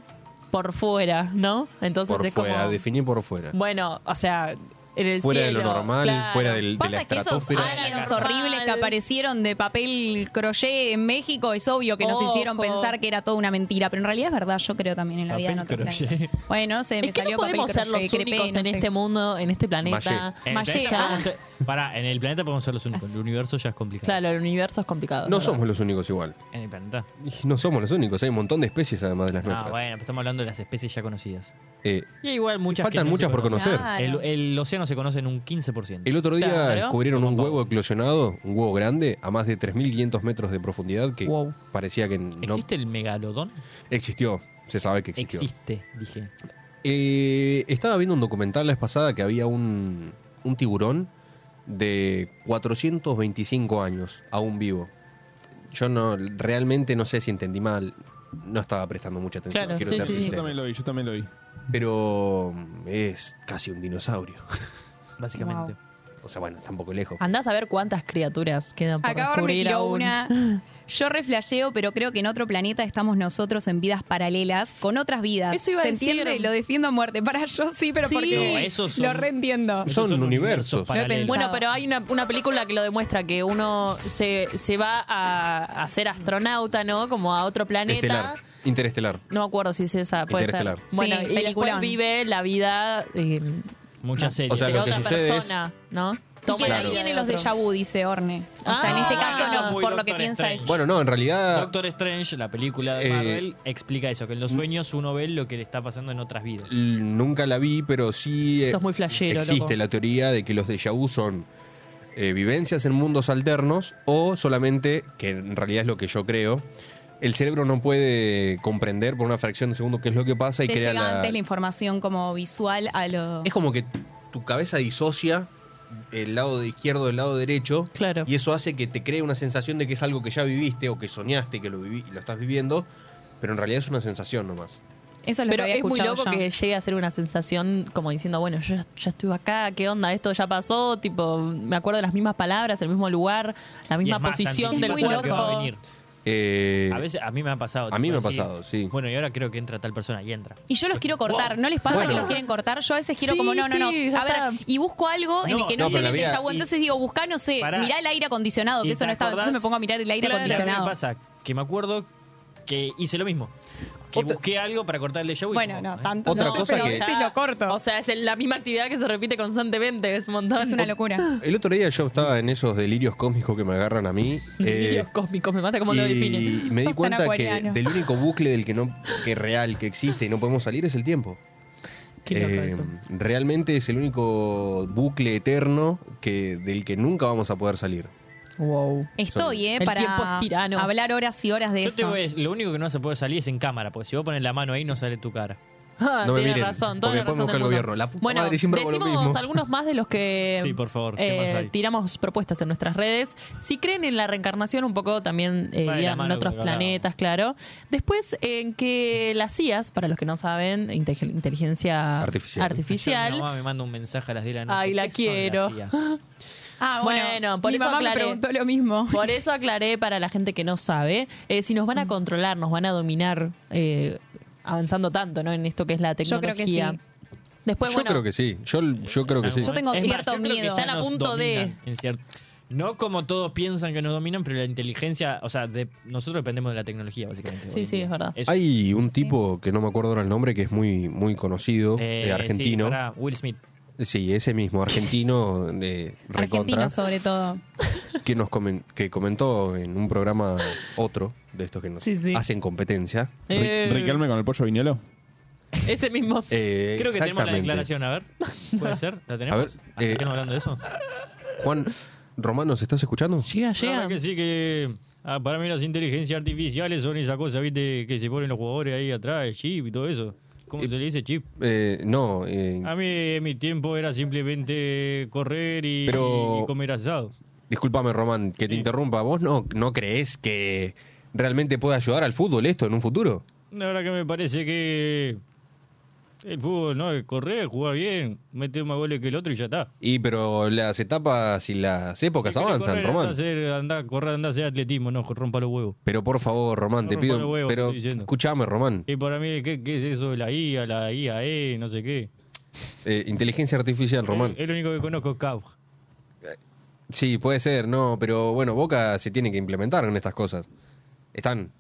S2: por fuera, ¿no? Entonces
S5: por
S2: es
S5: fuera,
S2: como.
S5: definí por fuera.
S2: Bueno, o sea, en el
S5: Fuera de
S2: cielo,
S5: lo normal,
S2: claro.
S5: fuera del- de la
S1: Pasa que esos
S5: estratosfera.
S2: Ah,
S1: aliens horribles que aparecieron de papel crochet en México, es obvio que nos
S2: Ojo.
S1: hicieron pensar que era toda una mentira, pero en realidad es verdad, yo creo también en la vida en otro planeta. Bueno, no sé, me
S2: Es que
S1: salió
S2: no podemos
S1: papel
S2: ser los
S1: crochet, crepé,
S2: únicos
S1: no
S2: en
S1: sé.
S2: este mundo, en este planeta.
S4: En el
S2: Mallea.
S4: planeta podemos ser- Pará, en el planeta podemos ser los únicos. El universo ya es complicado.
S2: Claro, el universo es complicado.
S5: No
S2: es verdad.
S5: somos los únicos igual.
S4: En el planeta.
S5: Y No somos los únicos, hay un montón de especies además de las
S4: Ah,
S5: nuestras.
S4: bueno, pero estamos hablando de las especies ya conocidas.
S5: Eh,
S4: Y hay igual muchas que
S5: Faltan
S4: no se
S5: muchas por
S4: conocen.
S5: conocer.
S4: El, el océano se conoce en un 15%.
S5: el otro día
S4: Claro.
S5: descubrieron un huevo eclosionado, un huevo grande, a más de 3.500 metros de profundidad que
S4: Wow.
S5: parecía que no
S4: ¿Existe el megalodón?
S5: existió. Se sabe que existió.
S4: Existe, dije.
S5: Eh, estaba viendo un documental la vez pasada que había un, un tiburón de 425 años, aún vivo. Yo no realmente no sé si entendí mal. No estaba prestando mucha atención.
S2: Claro,
S5: quiero
S2: sí,
S5: ser
S2: sí, sí.
S7: Yo
S5: sincero.
S7: también lo vi, yo también lo vi.
S5: Pero mm, es casi un dinosaurio.
S4: Básicamente.
S5: O sea, bueno, tampoco lejos.
S2: Andá a saber cuántas criaturas quedan por
S1: Acá ahora me
S2: descubrir
S1: tiró
S2: aún.
S1: una. Yo reflasheo, pero creo que en otro planeta estamos nosotros en vidas paralelas, con otras vidas.
S2: Eso iba a
S1: ¿Se
S2: decir.
S1: entiende? Lo defiendo a muerte. Para yo sí, pero
S2: Sí.
S1: porque
S2: No,
S4: esos son-
S1: lo reentiendo.
S4: Esos
S5: Son universos.
S4: paralelos.
S2: Bueno, pero hay una, una película que lo demuestra, que uno se, se va a, a ser astronauta, ¿no? Como a otro planeta.
S5: Estelar. Interestelar.
S2: No me acuerdo si es esa, puede ser.
S5: Interestelar.
S2: Bueno,
S1: Sí,
S2: y después
S1: peliculón.
S2: vive la vida eh,
S4: Muchas series.
S5: O sea,
S2: de
S5: lo que
S2: otra
S5: sucede es-
S2: persona, ¿no?
S1: Y que de
S2: Toma la
S5: Claro.
S1: ahí
S2: vida
S1: vienen
S2: de
S1: los de
S2: otro.
S1: Vu, dice Orne. O sea,
S2: Ah,
S1: en este caso
S2: eso es
S1: no,
S4: muy
S1: por lo que
S4: Doctor
S1: piensa él.
S4: Strange.
S5: Bueno, no, en realidad.
S4: Doctor Strange, la película de
S5: Eh,
S4: Marvel, explica eso, que en los sueños uno ve lo que le está pasando en otras vidas.
S5: l- Nunca la vi, pero sí eh,
S2: Esto es muy flashero,
S5: existe
S2: loco.
S5: la teoría de que los déjà vu son eh, vivencias en mundos alternos o solamente, que en realidad es lo que yo creo, el cerebro no puede comprender por una fracción de segundo qué es lo que pasa y
S1: Te
S5: crea
S1: llega
S5: la...
S1: antes la información como visual a lo.
S5: Es como que tu cabeza disocia el lado de izquierdo del lado derecho
S2: Claro.
S5: y eso hace que te cree una sensación de que es algo que ya viviste o que soñaste que lo, vivi- lo estás viviendo, pero en realidad es una sensación nomás.
S1: Eso es lo que
S2: Pero
S1: había
S2: es muy
S1: escuchado yo.
S2: loco que llegue a ser una sensación como diciendo, bueno, yo ya- ya estuve acá, ¿qué onda? Esto ya pasó, tipo, me acuerdo de las mismas palabras, el mismo lugar, la
S4: Y
S2: misma
S4: es más, te
S2: posición del
S4: anticipas a lo que va a
S2: cuerpo.
S4: venir.
S5: Eh,
S4: A veces a mí me ha pasado.
S5: A mí
S4: tipo,
S5: me ha
S4: así,
S5: pasado, sí.
S4: Bueno, y ahora creo que entra tal persona y entra.
S1: Y yo los quiero cortar, ¿no les pasa
S5: Bueno.
S1: que los quieren cortar? Yo a veces quiero
S2: Sí,
S1: como, no, no, no.
S2: sí, ya
S1: A ver,
S2: está.
S1: y busco algo en
S4: No,
S1: el que
S4: no,
S1: no,
S5: pero
S1: tiene el
S5: la vida-
S1: déjà vu. Entonces digo, busca, no sé,
S4: Pará.
S1: mirá el aire acondicionado,
S4: ¿Y
S1: que eso
S4: te
S1: no estaba.
S4: acordás?
S1: Entonces me pongo a mirar el aire
S4: Claro, a mí
S1: acondicionado.
S4: me pasa que me acuerdo que hice lo mismo. Que
S5: Otra-
S4: busqué algo para cortar el déjà vu. y
S1: Bueno,
S4: como,
S1: no,
S4: ¿eh?
S1: tanto.
S5: Otra
S1: no,
S5: cosa
S1: pero
S5: que-
S1: a veces lo corto.
S2: O sea, es la misma actividad que se repite constantemente, es un montón.
S1: es una locura.
S5: El otro día yo estaba en esos delirios cósmicos que me agarran a mí. eh,
S2: Delirios cósmicos, me mata cómo lo define.
S5: y me di
S1: tan
S5: cuenta que
S1: acuariano.
S5: del único bucle del que no que es real que existe y no podemos salir es el tiempo.
S2: Qué loco
S5: Eh,
S2: eso.
S5: realmente es el único bucle eterno que del que nunca vamos a poder salir.
S2: Wow.
S1: Estoy, ¿eh?
S2: El tiempo
S1: Para
S2: es tirano.
S1: hablar horas y horas de
S4: "Eh". Yo te
S1: eso.
S4: voy a decir, lo único que no se puede salir es en cámara, porque si vos pones la mano ahí no sale tu cara.
S2: Ah,
S5: No me
S2: tiene
S5: miren,
S2: razón, toda
S5: porque
S2: la
S5: después me
S2: razón
S5: busca
S2: del
S5: el
S2: mundo.
S5: gobierno. La puta
S2: bueno,
S5: madre, siempre hago lo
S2: decimos
S5: mismo.
S2: algunos más de los que
S4: Sí, por favor, ¿qué más
S2: eh,
S4: hay?
S2: tiramos propuestas en nuestras redes. Si creen en la reencarnación, un poco también eh,
S4: Va de la
S2: irían en
S4: mano
S2: otros
S4: con lo que hablábamos.
S2: planetas, claro. Después, en que las CIAs, para los que no saben, inte- inteligencia
S5: Artificial.
S4: Ayer mi
S2: artificial
S4: mamá me manda un mensaje a las 10 de la noche.
S2: Ay, la
S4: ¿Qué son
S2: quiero.
S4: las sillas?
S1: Ah,
S2: Bueno, por
S1: mi
S2: eso
S1: mamá
S2: aclaré.
S1: me preguntó lo mismo.
S2: Por eso aclaré para la gente que no sabe, eh, si nos van a controlar, nos van a dominar eh, avanzando tanto ¿no? en esto que es la
S1: Yo creo
S2: tecnología.
S1: que sí.
S2: Después,
S5: yo
S2: Pues bueno,
S5: creo que sí. Yo, yo creo que sí.
S4: Es más,
S1: tengo
S4: yo
S1: cierto
S4: creo que
S1: miedo.
S4: ya
S2: Están a
S4: nos
S2: punto de-
S4: dominan, en cierto- No como todos piensan que nos dominan, pero la inteligencia, o sea, de, nosotros dependemos de la tecnología, básicamente.
S2: Sí,
S4: hoy en
S2: sí,
S4: día.
S2: es verdad.
S4: Eso.
S5: Hay un tipo que no me acuerdo ahora el nombre que es muy muy conocido,
S4: Eh,
S5: eh, argentino.
S4: sí, pará, Will Smith.
S5: Sí, ese mismo, argentino, eh, recontra,
S1: Argentino, sobre todo.
S5: que nos comen- que comentó en un programa otro de estos que nos
S2: Sí, sí.
S5: hacen competencia.
S7: Ri-
S2: eh,
S7: Riquelme con el pollo viñolo.
S2: ese mismo.
S5: Eh,
S4: Creo que tenemos la
S5: exactamente.
S4: declaración, a ver. ¿Puede ser? ¿La tenemos? Ah,
S5: A ver, eh,
S4: ¿Estamos hablando de eso?
S5: Juan Romano, ¿se estás escuchando?
S2: Llega, llega.
S4: Claro que sí, que ah, para mí las inteligencias artificiales son esa cosa, ¿viste? Que se ponen los jugadores ahí atrás, el chip y todo eso. ¿Cómo
S5: Eh,
S4: se le dice chip?
S5: Eh, no, eh,
S4: A mí en mi tiempo era simplemente correr y,
S5: Pero-
S4: y comer asado.
S5: discúlpame Román que te interrumpa. ¿Vos no, no crees que realmente puede ayudar al fútbol esto en un futuro?
S4: La verdad que me parece que El fútbol, ¿no? Correr, jugar bien, meter más goles que el otro y ya está.
S5: Y pero las etapas y las épocas avanzan,
S4: Correr,
S5: Román.
S4: andá a hacer- andá, correr, andá a hacer atletismo, no, rompa los huevos.
S5: Pero por favor, Román,
S4: No
S5: te
S4: rompa
S5: pido.
S4: los huevos,
S5: pero
S4: estoy diciendo.
S5: escúchame, Román.
S4: Y para mí, ¿qué, qué es eso de la IA, la IAE, no sé qué?
S5: Eh, inteligencia artificial, Román.
S4: Es el único que conozco es Cau.
S5: Sí, puede ser, no, pero bueno, Boca se tiene que implementar en estas cosas. Están.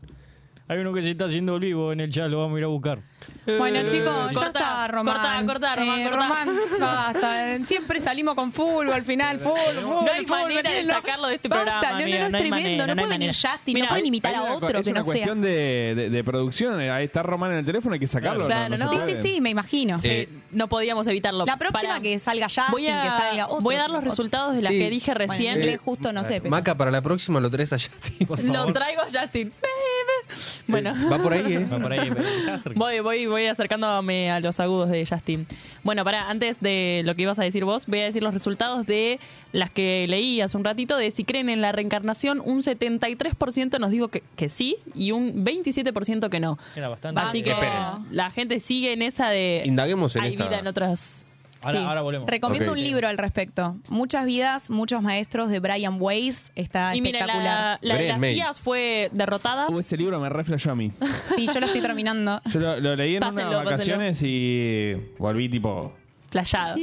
S4: Hay uno que se está haciendo vivo en el chat, lo vamos a ir a buscar.
S5: Eh,
S1: Bueno, chicos, ya
S2: Eh, cortá,
S1: está, Román. Eh,
S2: cortá, cortá, Román, cortá.
S1: basta. Siempre salimos con fútbol, al final, fútbol, fútbol.
S2: No hay
S1: fútbol,
S2: manera de
S1: no-
S2: sacarlo de este
S1: Basta,
S2: programa,
S1: No, no,
S2: amigo,
S1: no,
S2: no
S1: es
S2: hay
S1: tremendo.
S2: manera,
S1: No
S2: no hay
S1: puede venir
S2: manera.
S1: Justin, no
S2: Mira,
S1: pueden imitar
S7: Hay
S1: a
S7: una cu-
S1: otro
S7: es
S1: que
S7: una
S1: no sea.
S7: cuestión de, de- de producción. Ahí está Román en el teléfono, hay que sacarlo.
S2: Claro,
S7: no, no
S2: claro,
S7: se
S1: Sí,
S2: no.
S1: sí,
S7: puede.
S1: sí, me imagino.
S2: Eh, no podíamos evitarlo.
S1: La próxima
S2: Pará.
S1: que salga Justin,
S2: voy a,
S1: que salga otro.
S2: voy a dar los resultados de las
S5: Sí.
S2: que dije
S1: Bueno, en
S2: recién.
S1: inglés justo no sé, pero...
S5: Eh, Maca, para la próxima lo traes allá, tío.
S2: Lo traigo a Justin. Baby. Bueno.
S5: Va por ahí, ¿eh?
S4: Va por ahí, está cerca.
S2: Voy, voy, voy acercándome a los agudos de Justin. Bueno, para antes de lo que ibas a decir vos, voy a decir los resultados de las que leí hace un ratito de si creen en la reencarnación, un 73% nos dijo que, que sí y un 27% que no.
S4: Era bastante.
S2: Así que
S5: Esperen.
S2: la gente sigue en esa de
S5: Indaguemos en
S2: hay
S5: esta-
S2: vida en otras.
S4: Ahora,
S2: Sí.
S4: ahora volvemos.
S1: Recomiendo
S5: Ok.
S1: un libro al respecto. Muchas vidas, muchos maestros de Brian Weiss. Está
S2: Y mira,
S1: Ah, espectacular.
S2: la, la de
S5: Brian
S2: las
S5: May.
S2: tías fue derrotada.
S7: Uh, ese libro me reflejó a mí.
S1: Sí, yo lo estoy terminando.
S7: Yo lo, lo leí en
S2: Pásenlo,
S7: unas
S2: pásenlo.
S7: vacaciones y volví tipo...
S2: Flashada.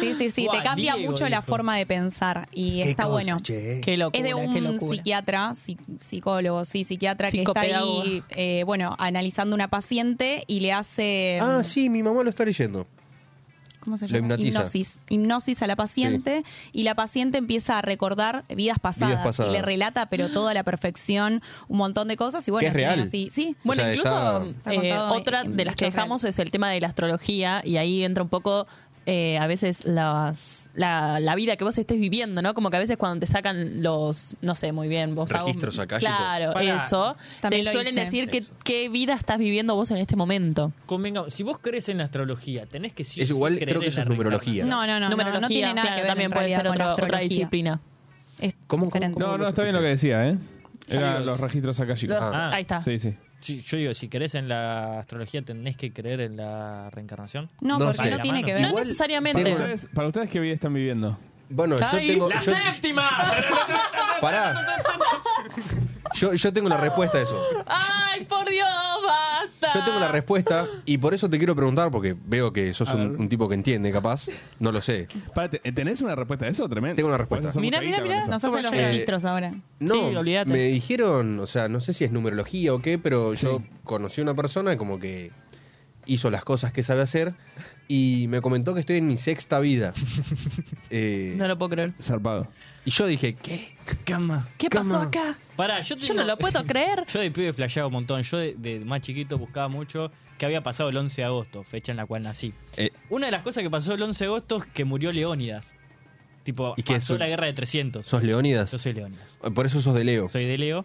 S1: Sí, sí, sí.
S4: Guau,
S1: te cambia
S4: Diego,
S1: mucho la
S4: dijo.
S1: forma de pensar y está bueno.
S2: Qué locura,
S1: Es de
S2: qué
S1: un
S2: locura.
S1: psiquiatra, psi- psicólogo, sí, psiquiatra que está
S2: Psicopedagogo.
S1: ahí, eh, bueno, analizando una paciente y le hace, mm,
S5: Ah, sí, mi mamá lo está leyendo.
S1: ¿cómo se
S5: lo
S1: llama?
S5: hipnotiza.
S1: Hipnosis. Hipnosis a la paciente y la paciente empieza a recordar vidas pasadas,
S5: pasadas.
S1: y le relata, pero toda la perfección, un montón de cosas y bueno,
S5: Que es
S1: tiene
S5: real.
S1: así- sí.
S5: O
S2: Bueno,
S5: sea,
S2: incluso
S5: está-
S1: Está
S2: eh,
S1: contado
S2: otra
S1: en-
S2: de las que
S1: muchos
S2: dejamos
S1: redes.
S2: es el tema de la astrología y ahí entra un poco eh, a veces las- la, la vida que vos estés viviendo, ¿no? Como que a veces cuando te sacan los, no sé, muy bien, vos... hago-
S5: Registros akáshicos.
S2: Claro,
S4: Pará.
S2: eso.
S1: También
S2: te
S1: lo
S2: suelen
S1: hice.
S2: decir que, qué vida estás viviendo vos en este momento.
S4: Convengamos, si vos crees en la astrología, tenés que sí
S5: Es
S4: o sí
S5: igual,
S4: creer
S5: creo que
S4: en
S5: eso
S4: la
S5: es numerología.
S1: No, no, no, no, no tiene nada
S2: claro,
S1: que ver
S2: también
S1: en
S2: puede
S1: realidad
S2: ser
S1: con la
S2: otra, otra
S1: astrología.
S2: disciplina.
S1: Es
S5: ¿Cómo, cómo,
S1: diferente.
S5: cómo?
S7: No, no, está bien lo que decía, ¿eh? Eran los registros akashicos.
S2: Los-
S4: Ah.
S2: ahí está.
S7: Sí, sí.
S4: Sí, yo digo, si crees en la astrología, tenés que creer en la reencarnación.
S1: No,
S5: No
S1: porque
S5: sé.
S1: no tiene que
S2: No
S1: ver.
S5: Igual-
S2: necesariamente.
S7: ¿Para ustedes, para ustedes qué vida están viviendo?
S5: Bueno, yo tengo. yo- Pará. Yo, yo tengo la respuesta a eso.
S2: ¡Ay, por Dios, basta!
S5: Yo tengo la respuesta y por eso te quiero preguntar, porque veo que sos
S7: A
S5: un,
S7: ver.
S5: un tipo que entiende, capaz. No lo sé.
S7: Pará, ¿te- ¿eh, ¿Tenés una respuesta a eso? Tremendo.
S5: Tengo una respuesta.
S7: Podés hacer
S2: Mirá,
S7: mucha
S2: mirá,
S7: guita con
S2: mirá.
S7: eso.
S1: Nos hacen los
S5: Eh,
S1: registros ahora.
S5: No,
S2: Sí, olvídate.
S5: me dijeron, o sea, no sé si es numerología o qué, pero yo conocí a una persona como que hizo las cosas que sabe hacer y me comentó que estoy en mi sexta vida. Eh,
S2: No lo puedo creer.
S7: Zarpado.
S5: Y yo dije, ¿qué?
S2: ¿Qué pasó acá?
S4: Pará, yo, te
S2: Yo no
S4: digo-
S2: lo puedo creer.
S4: Yo de pibe flasheaba un montón. Yo de, de más chiquito buscaba mucho que había pasado el 11 de agosto, fecha en la cual nací.
S5: Eh,
S4: Una de las cosas que pasó el 11 de agosto es que murió Leónidas. Tipo,
S5: ¿Y qué,
S4: pasó
S5: sos-
S4: la guerra de 300.
S5: ¿Sos
S4: Yo
S5: Leónidas? Ah,
S4: soy Leónidas.
S5: Por eso sos de Leo.
S4: Soy de Leo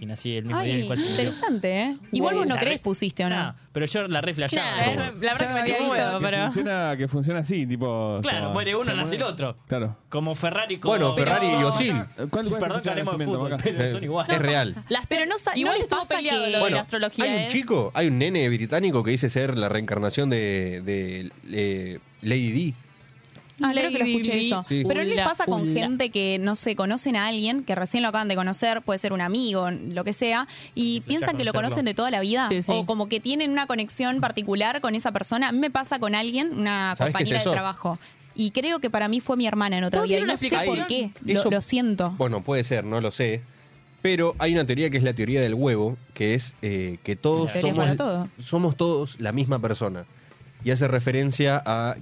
S4: y nací el mismo día en el
S1: Ay,
S4: cual se murió.
S1: interesante, ¿eh? Igual vos no
S4: La
S1: crees
S4: re-
S1: pusiste o no.
S4: Nah, pero yo la re flasheaba.
S2: Nah,
S4: Yo-
S2: es- la
S1: Yo
S2: verdad que
S1: me
S2: me chupa
S1: había visto
S2: un huevo,
S7: Que,
S2: pero...
S7: funciona, que funciona así, tipo...
S4: Claro,
S7: como-
S4: muere uno, nace el otro.
S7: Claro.
S4: Como Ferrari con...
S5: Bueno, Ferrari y Osil.
S7: ¿Cuál, cuál es tu
S4: Perdón que
S7: fecha de
S4: hablemos de
S7: nacimiento,
S4: fútbol,
S7: Maca?
S4: pero son iguales.
S5: Eh, Es real.
S2: Las
S1: Pero no sa- no
S2: Igual
S1: les
S2: estuvo
S1: pasa
S2: peleado
S1: que-
S2: lo de
S5: Bueno,
S2: la astrología,
S5: hay un
S2: ¿eh?
S5: chico, hay un nene británico que dice ser la reencarnación de, de, eh, Lady D.
S1: Ah, creo que lo
S2: Lady
S1: escuché
S2: Di.
S1: eso.
S5: Sí.
S1: Pero no les
S2: Ula,
S1: pasa con
S2: ula.
S1: gente que, no sé, conocen a alguien que recién lo acaban de conocer, puede ser un amigo, lo que sea, y piensan que lo
S4: conocerlo.
S1: conocen de toda la vida.
S2: Sí, sí.
S1: O como que tienen una conexión particular con esa persona. A mí me pasa con alguien, una
S5: ¿Sabés qué es
S1: compañera
S5: eso?
S1: de trabajo. Y creo que para mí fue mi hermana en otra
S2: Todo
S1: vida. Y
S2: tiene
S1: no
S2: una
S1: sé
S2: explicación.
S1: por qué.
S5: Hay-
S1: Lo,
S5: eso-
S1: lo siento.
S5: Bueno, puede ser, no lo sé. Pero hay una teoría que es la teoría del huevo, que es eh, que todos
S1: La teoría
S5: somos,
S1: para todo.
S5: somos todos la misma persona. Y hace referencia a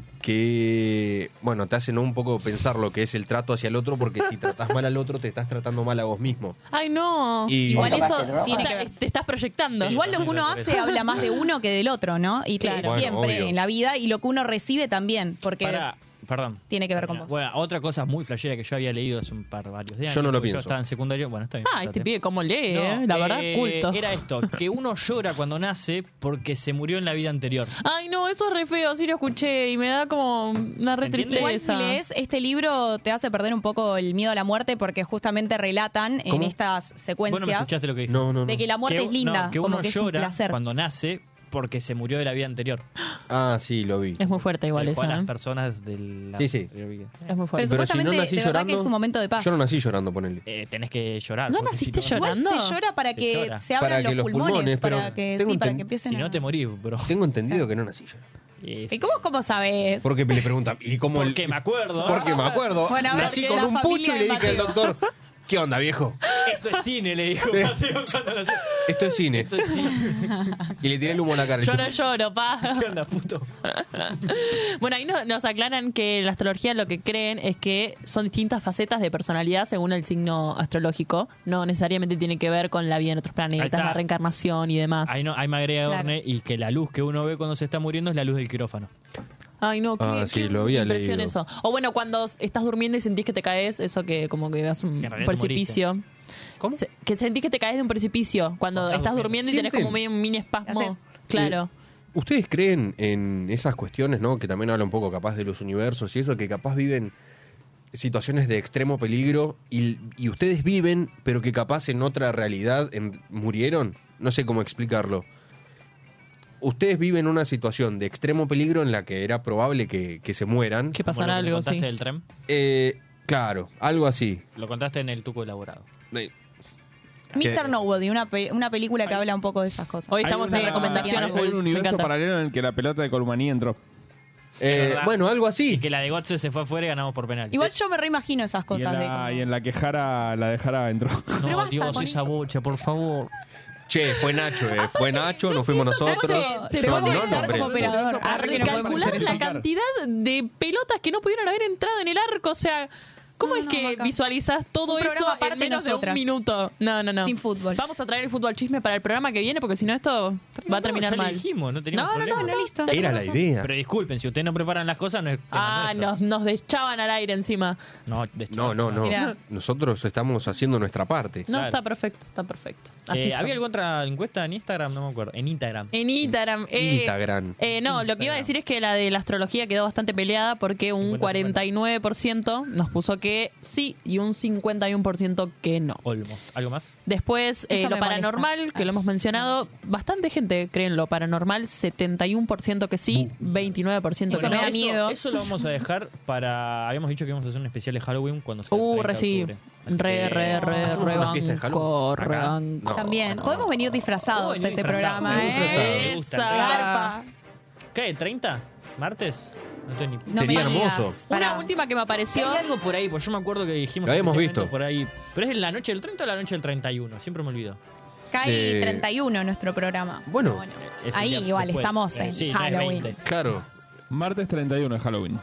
S5: que, bueno, te hacen un poco pensar lo que es el trato hacia el otro, porque si tratás mal al otro, te estás tratando mal a vos mismo.
S2: Ay, no.
S5: Y-
S1: Igual
S5: Capaz
S1: eso
S2: O
S1: tiene que
S2: sea,
S1: ver.
S2: es- te estás proyectando.
S1: Igual lo que uno
S4: Por eso.
S1: hace habla más de uno que del otro, ¿no? Y
S2: Claro.
S1: claro,
S5: Bueno,
S1: siempre
S5: obvio.
S1: en la vida. Y lo que uno recibe también. Porque
S4: Pará, perdón.
S1: tiene que ver con vos.
S4: Bueno, otra cosa muy flashera que yo había leído hace un par varios días.
S5: Yo no lo
S4: porque
S5: pienso.
S4: Yo estaba en secundario. Bueno, está bien.
S2: Ah, este
S4: está bien.
S2: pibe cómo lee,
S4: No,
S2: eh. La verdad,
S4: eh,
S2: culto.
S4: Era esto, que uno llora cuando nace porque se murió en la vida anterior.
S2: Ay, no, eso es re feo, sí lo escuché y me da como una re
S4: ¿Entiendes?
S1: Igual si
S2: tristeza.
S1: lees este libro te hace perder un poco el miedo a la muerte porque justamente relatan en
S5: ¿Cómo?
S1: estas
S4: Vos no me
S1: secuencias
S4: escuchaste lo que dije.
S5: No, no, no.
S1: de que la muerte
S4: Que-
S1: es linda,
S4: no, que
S1: como
S4: uno
S1: que es un
S4: llora
S1: placer.
S4: cuando nace porque se murió de la vida anterior.
S5: Ah, sí, lo vi.
S2: Es muy fuerte igual
S4: Dejó
S2: eso.
S4: a las
S2: ¿eh?
S4: personas de la...
S5: Sí, sí.
S2: Es muy
S1: Pero
S2: fuerte.
S1: supuestamente, de
S5: nací
S1: verdad que
S5: llorando,
S1: es un momento de paz.
S5: Yo no nací llorando, ponele.
S4: Eh, tenés que llorar.
S2: ¿No
S4: porque
S2: naciste
S4: si no,
S1: Igual
S2: llorando?
S1: se llora para
S4: Se
S1: que
S4: llora.
S1: se abran
S5: Para que
S1: los,
S5: los
S1: pulmones,
S5: pulmones, pero
S1: para que,
S5: tengo
S1: sí, para
S5: enten-
S1: que empiecen
S4: Si
S1: a...
S4: no, te morís, bro.
S5: Tengo entendido que no nací llorando.
S4: Es-
S1: ¿Y cómo, cómo sabes?
S5: Porque le preguntan, ¿y cómo el-
S4: Porque me acuerdo. ¿ah?
S5: Porque me acuerdo.
S1: Bueno, a ver,
S5: nací
S1: que
S5: con
S1: la
S5: un
S1: familia
S5: pucho y
S1: de
S5: le dije al
S1: Mateo.
S5: doctor, ¿qué onda, viejo?
S4: Esto es cine, le dijo Mateo cuando nació.
S5: Esto es cine.
S4: Esto es cine.
S5: Y le tiré el humo a la cara.
S2: Yo no lloro, pa.
S4: ¿Qué onda, puto?
S2: Bueno, ahí no- nos aclaran que la astrología lo que creen es que son distintas facetas de personalidad según el signo astrológico. No necesariamente tiene que ver con la vida en otros planetas,
S4: está.
S2: la reencarnación y demás.
S4: Ahí, no, ahí me agrega
S1: Claro.
S4: Orne y que la luz que uno ve cuando se está muriendo es la luz del quirófano.
S2: Ay, no, qué,
S5: Ah,
S2: qué
S5: sí, lo había
S2: impresión
S5: leído.
S2: eso. O bueno, cuando estás durmiendo y sentís que te caes, eso que como que vas a un
S4: Que en realidad te
S2: precipicio.
S5: ¿Cómo?
S2: Se- que sentís que te caes de un precipicio cuando
S4: Cuando
S2: estás,
S4: estás durmiendo.
S2: durmiendo, y tenés
S5: ¿Sienten?
S2: como medio un mini espasmo.
S1: Haces-
S2: Claro.
S5: "Eh, ¿Ustedes creen en esas cuestiones, no? Que también habla un poco capaz de los universos y eso, que capaz viven situaciones de extremo peligro y, y ustedes viven, pero que capaz en otra realidad en- murieron? No sé cómo explicarlo. Ustedes viven una situación de extremo peligro en la que era probable que, que se mueran.
S2: que
S4: Como
S2: pasará
S4: lo que me
S2: algo,
S4: contaste
S2: sí.
S4: del tren?
S5: Eh, claro, algo así.
S4: Lo contaste en el tuco elaborado.
S5: Eh,
S1: Mr.
S5: Que-
S1: Nobody, una, pe- una película que habla un poco de esas cosas.
S2: Hoy estamos en
S1: una-
S2: recomendación
S1: hay-
S2: a
S7: Hay
S2: full.
S7: un
S2: Me
S7: universo
S2: encanta.
S7: paralelo en el que la pelota de Colmaní entró.
S4: verdad.
S5: Eh, bueno, algo
S4: Y
S5: así.
S4: que la de Gotze se fue afuera y ganamos por penal.
S1: Igual yo me reimagino esas
S7: Y en,
S1: cosas. de
S7: la,
S1: como-
S7: y en la que Jara la de Jara entró.
S1: Pero
S4: No,
S1: basta
S4: Dios,
S1: con
S4: esa bocha, por favor.
S5: Che, fue Nacho,
S1: Ah,
S5: eh, fue Nacho, nos fuimos nosotros.
S1: Nacho, se
S5: Yo-
S1: pone a
S5: no, no,
S1: echar
S5: hombre.
S1: como operador.
S2: A
S1: Arre, que no podemos
S2: recalcular
S1: hacer
S2: la
S1: eso.
S2: cantidad de pelotas que no pudieron haber entrado en el arco. O sea, ¿cómo
S1: No,
S2: es
S1: no,
S2: que
S1: Maca.
S2: visualizas todo
S1: Un
S2: eso
S1: programa aparte
S2: en menos
S1: de
S2: de un
S1: nosotras.
S2: minuto? No, no, no.
S1: Sin fútbol.
S2: Vamos a traer el fútbol chisme para el programa que viene porque si no esto va a terminar
S4: ya le
S2: mal.
S4: dijimos, no teníamos
S2: no, no, no,
S4: problema.
S2: no, listo.
S5: Era la idea.
S4: Pero disculpen, si ustedes no preparan las cosas, no es. tema
S2: Ah, nos,
S4: nuestro.
S2: nos dechaban al aire encima.
S4: No, de-
S5: No, no, no.
S1: Mirá.
S5: Nosotros estamos haciendo nuestra parte.
S2: No,
S4: Claro.
S2: está perfecto, está perfecto. Así
S4: Eh,
S2: son.
S4: ¿Había alguna otra encuesta en Instagram? No me acuerdo. En Instagram.
S2: En Instagram. eh,
S5: Instagram.
S2: eh, no, lo que iba a decir es que la de la astrología quedó bastante peleada porque un
S4: 50-50.
S2: 49% nos puso que sí y un 51% que no.
S4: Olmos. ¿Algo más?
S2: Después, eh,
S1: Eso
S2: lo
S1: me
S2: paranormal,
S1: molesta. Ah.
S2: que lo hemos mencionado, bastante gente cree en lo paranormal, 71% que sí, 29% que
S1: Eso
S2: no.
S1: me da miedo.
S4: Uh. Eso lo vamos a dejar para. Habíamos dicho que íbamos a hacer un especial de Halloween cuando se
S2: Uh, re sí. Re, re, re,
S5: ¿Hacemos
S2: re,
S5: una fiesta de
S2: banco,
S5: Halloween?
S2: re
S5: Acá.
S2: banco.
S1: También. Podemos venir
S4: Oh,
S1: disfrazados a ese este programa,
S2: disfrazado.
S1: ¿eh?
S2: Esa.
S1: Garpa.
S4: ¿Qué? ¿30? ¿Martes? No estoy ni.
S1: No
S5: Sería
S1: me digas.
S5: hermoso.
S1: Pará.
S2: Una última que me
S4: Sí,
S2: apareció.
S4: hay algo por ahí, pues yo me acuerdo que dijimos
S5: Lo habíamos
S4: que ese evento
S5: visto.
S4: por ahí. Pero es en la noche del 30 o la noche del 31, siempre me olvido.
S1: Cae
S5: Eh,
S1: 31 nuestro programa.
S5: bueno,
S4: Es el
S1: ahí
S4: día
S1: igual
S4: después.
S1: estamos
S4: Eh,
S1: en
S4: sí, no es
S1: Halloween.
S4: 20.
S5: Claro.
S7: Martes 31 de Halloween.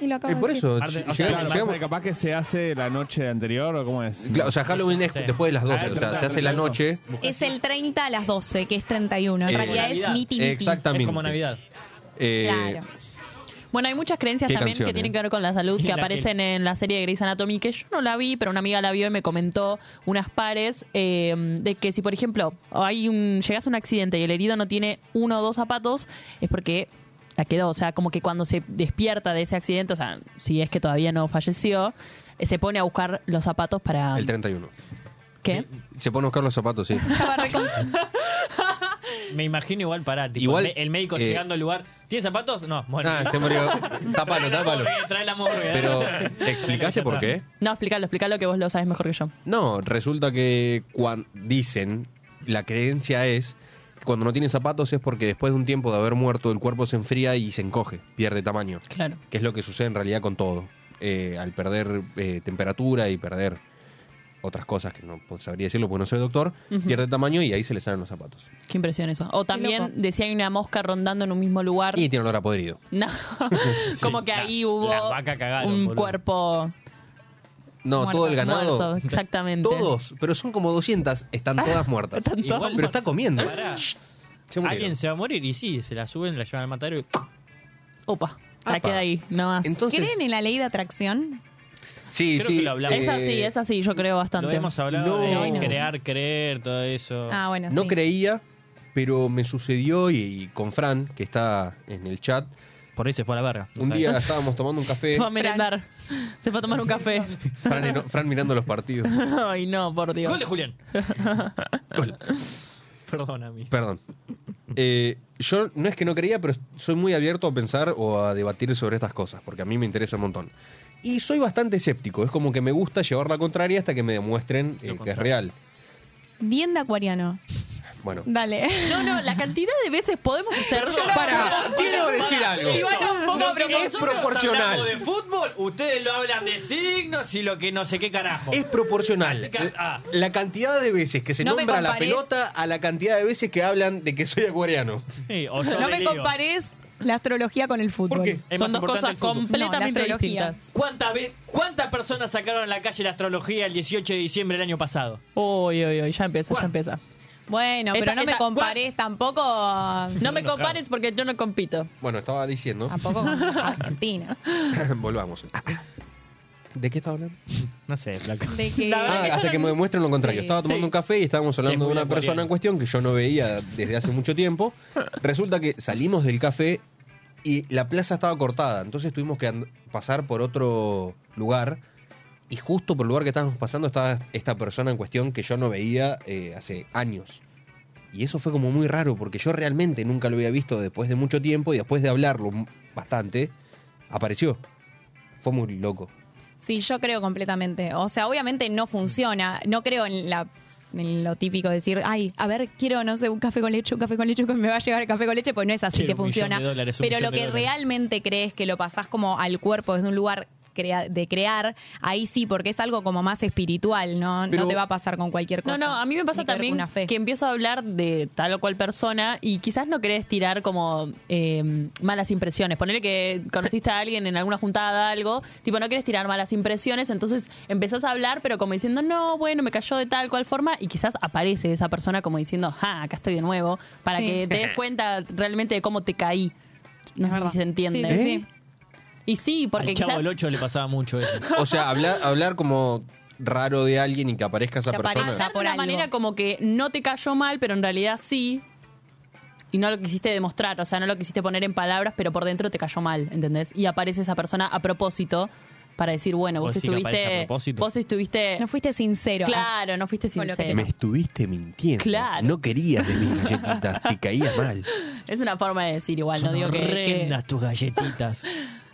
S1: Y lo
S5: Eh,
S1: acabo
S5: por
S1: de decir.
S5: eso,
S4: Arde-
S5: ll-
S4: o sea,
S5: llegamos-
S7: Claro,
S4: la-
S5: llegamos-
S7: pasa que capaz que se hace la noche anterior o cómo es.
S5: claro, o sea, Halloween es
S4: Sí.
S5: después de las 12,
S4: Ah,
S5: o sea,
S4: verdad,
S5: se hace la
S4: verdad.
S5: noche.
S1: Es el 30 a las 12, que es 31. En
S5: Eh,
S1: realidad es
S4: Navidad.
S1: miti miti.
S5: Exactamente.
S4: Es como Navidad.
S5: Eh,
S1: Claro.
S2: Bueno, hay muchas creencias
S5: Qué
S2: también
S5: canción,
S2: que tienen
S5: eh.
S2: que ver con la salud
S4: Y
S2: que
S4: la
S2: aparecen en la serie de Grey's Anatomy que yo no la vi, pero una amiga la vio y me comentó unas pares eh, de que si, por ejemplo, hay un, llegas a un accidente y el herido no tiene uno o dos zapatos, es porque la quedó. O sea, como que cuando se despierta de ese accidente, o sea, si es que todavía no falleció, eh, se pone a buscar los zapatos para...
S5: El 31.
S2: ¿Qué?
S5: Se pone a buscar los zapatos, sí.
S1: Estaba recon-
S4: Me imagino igual para tipo,
S5: Igual,
S4: el- el médico
S5: eh,
S4: llegando al lugar. ¿Tiene zapatos? No, bueno.
S5: Ah, se murió. Tápalo,
S4: Trae la
S5: tápalo.
S4: morgue, Trae la ¿eh? morgue.
S5: Pero, ¿te explicaste por qué?
S2: No, explícalo, explícalo que vos lo sabes mejor que yo.
S5: No, resulta que cuan- dicen, la creencia es, que cuando no tiene zapatos es porque después de un tiempo de haber muerto el cuerpo se enfría y se encoge, pierde tamaño.
S2: Claro.
S5: que es lo que sucede en realidad con todo. Eh, al perder eh, temperatura y perder otras cosas que no po- sabría decirlo porque no soy doctor, pierde tamaño y ahí se le salen los zapatos.
S2: Qué impresión eso. O
S1: loco.
S2: también decía hay una mosca rondando en un mismo lugar.
S5: Y tiene olor a podrido.
S2: No, como que
S4: la-
S2: ahí hubo
S4: las vacas cagaron,
S2: un
S4: boludo.
S2: cuerpo
S5: No, todo el ganado.
S2: muerto, exactamente.
S5: Todos, pero son como 200, están todas muertas.
S2: están todas
S5: Igual, pero está comiendo.
S4: Pará.
S5: Shh, se murieron.
S4: Alguien se va a morir y sí, se la suben, la llevan al matadero y.
S2: Opa, la
S5: Apa.
S2: queda ahí, nomás.
S5: Entonces,
S1: ¿Creen en la ley de atracción?
S5: sí,
S4: Creo
S5: sí.
S4: que lo hablamos.
S2: es así,
S5: eh,
S2: es así, yo creo bastante.
S4: Lo hemos hablado
S5: No.
S4: de crear, creer, todo eso.
S1: Ah, bueno,
S5: No
S1: sí.
S5: creía, pero me sucedió y, y con Fran, que está en el chat,
S4: Por ahí se fue a la verga. no
S5: un
S4: sabes.
S5: día estábamos tomando un café,
S2: Se fue a merendar, se fue a tomar un café.
S5: Fran, eno- Fran mirando los partidos.
S2: Ay, no, por Dios.
S4: Gol de Julián.
S5: Gol.
S4: Perdón a mí.
S5: Perdón. eh, yo no es que no creía, pero soy muy abierto a pensar o a debatir sobre estas cosas, porque a mí me interesa un montón. Y soy bastante escéptico, es como que me gusta llevar la contraria hasta que me demuestren eh, que es real.
S1: Bien de acuariano.
S5: Bueno,
S1: Dale.
S2: No, no, la cantidad de veces podemos hacerlo.
S5: Para, quiero decir algo.
S4: Lo que
S5: Es
S4: nosotros
S5: proporcional.
S4: hablamos de fútbol, ustedes lo hablan de signos y lo que no sé qué carajo.
S5: Es proporcional.
S4: que- ah.
S5: La, la cantidad de veces que se
S1: No me
S5: nombra la
S1: compares.
S5: pelota a la cantidad de veces que hablan de que soy acuariano.
S4: Sí, o yo
S1: No
S4: le
S1: me
S4: digo.
S1: compares la astrología con el fútbol.
S5: qué?
S4: Es más
S2: Son dos
S4: importante
S2: cosas
S4: el fútbol.
S2: completamente
S1: No, la astrología.
S2: distintas.
S4: ¿Cuántas ve- ¿Cuántas personas sacaron a la calle la astrología el 18 de diciembre del año pasado?
S2: Uy, uy, uy, ya empieza,
S4: Bueno.
S2: ya empieza.
S1: Bueno,
S2: Esa-
S1: pero no
S2: esa-
S1: me compares tampoco a
S2: No me
S4: No, claro.
S2: compares porque yo no compito.
S5: Bueno, estaba diciendo.
S1: tampoco con Argentina. Ah.
S5: Volvamos. ¿De qué estaba hablando?
S4: No sé, Blanco.
S1: De que
S2: La verdad
S5: Ah,
S2: que yo
S5: hasta
S2: no-
S5: que me demuestren lo contrario.
S1: Sí,
S5: Estaba tomando un café y estábamos hablando
S4: Es
S5: de
S4: muy
S5: una
S4: acuariano.
S5: persona en cuestión que yo no veía desde hace mucho tiempo. Resulta que salimos del café y la plaza estaba cortada. Entonces tuvimos que and- pasar por otro lugar. Y justo por el lugar que estábamos pasando estaba esta persona en cuestión que yo no veía eh, hace años. Y eso fue como muy raro porque yo realmente nunca lo había visto después de mucho tiempo y después de hablarlo m- bastante, apareció. Fue muy loco.
S1: Sí, yo creo completamente. O sea, obviamente no funciona. No creo en la en lo típico de decir, ay, a ver, quiero, no sé, un café con leche, un café con leche, que me va a llegar el café con leche, pues no es así
S4: Quiero
S1: que
S4: un millón
S1: funciona.
S4: de dólares, un
S1: Pero
S4: millón
S1: lo
S4: de
S1: que
S4: dólares.
S1: realmente crees que lo pasás como al cuerpo desde un lugar crea- de crear, ahí sí, porque es algo como más espiritual, ¿no?
S5: Pero-
S1: no te va a pasar con cualquier
S2: No,
S1: cosa.
S2: no, a mí me pasa
S1: Tiene ver
S2: también
S1: con una fe.
S2: que empiezo a hablar de tal o cual persona y quizás no querés tirar como eh, malas impresiones. Ponerle que conociste a alguien en alguna juntada, algo, tipo no querés tirar malas impresiones, entonces empezás a hablar, pero como diciendo, no, bueno, me cayó de tal cual forma y quizás aparece esa persona como diciendo, ja, acá estoy de nuevo, para
S1: Sí.
S2: que te des cuenta realmente de cómo te caí. No sé si se entiende.
S1: Sí, sí, sí.
S2: Y sí, porque
S4: Al chavo
S2: quizás...
S4: del 8 le pasaba mucho eso.
S5: O sea, hablar, hablar como raro de alguien y que aparezca esa
S1: Que
S5: persona.
S1: aparezca.
S2: Hablar de
S1: por
S2: una
S1: algo.
S2: manera como que no te cayó mal, pero en realidad sí. Y no lo quisiste demostrar, o sea, no lo quisiste poner en palabras, pero por dentro te cayó mal, ¿entendés? Y aparece esa persona a propósito para decir, bueno,
S4: ¿Vos
S2: vos
S4: decís que aparece
S2: estuviste.
S4: a propósito?
S2: Vos estuviste.
S1: No fuiste sincero.
S2: claro, no fuiste
S1: Con lo que te
S2: sincero.
S5: Me estuviste mintiendo.
S2: Claro.
S5: No querías de mis galletitas, te caía mal.
S2: Es una forma de decir igual, no
S4: Son
S2: digo que, que
S4: horrendas tus galletitas.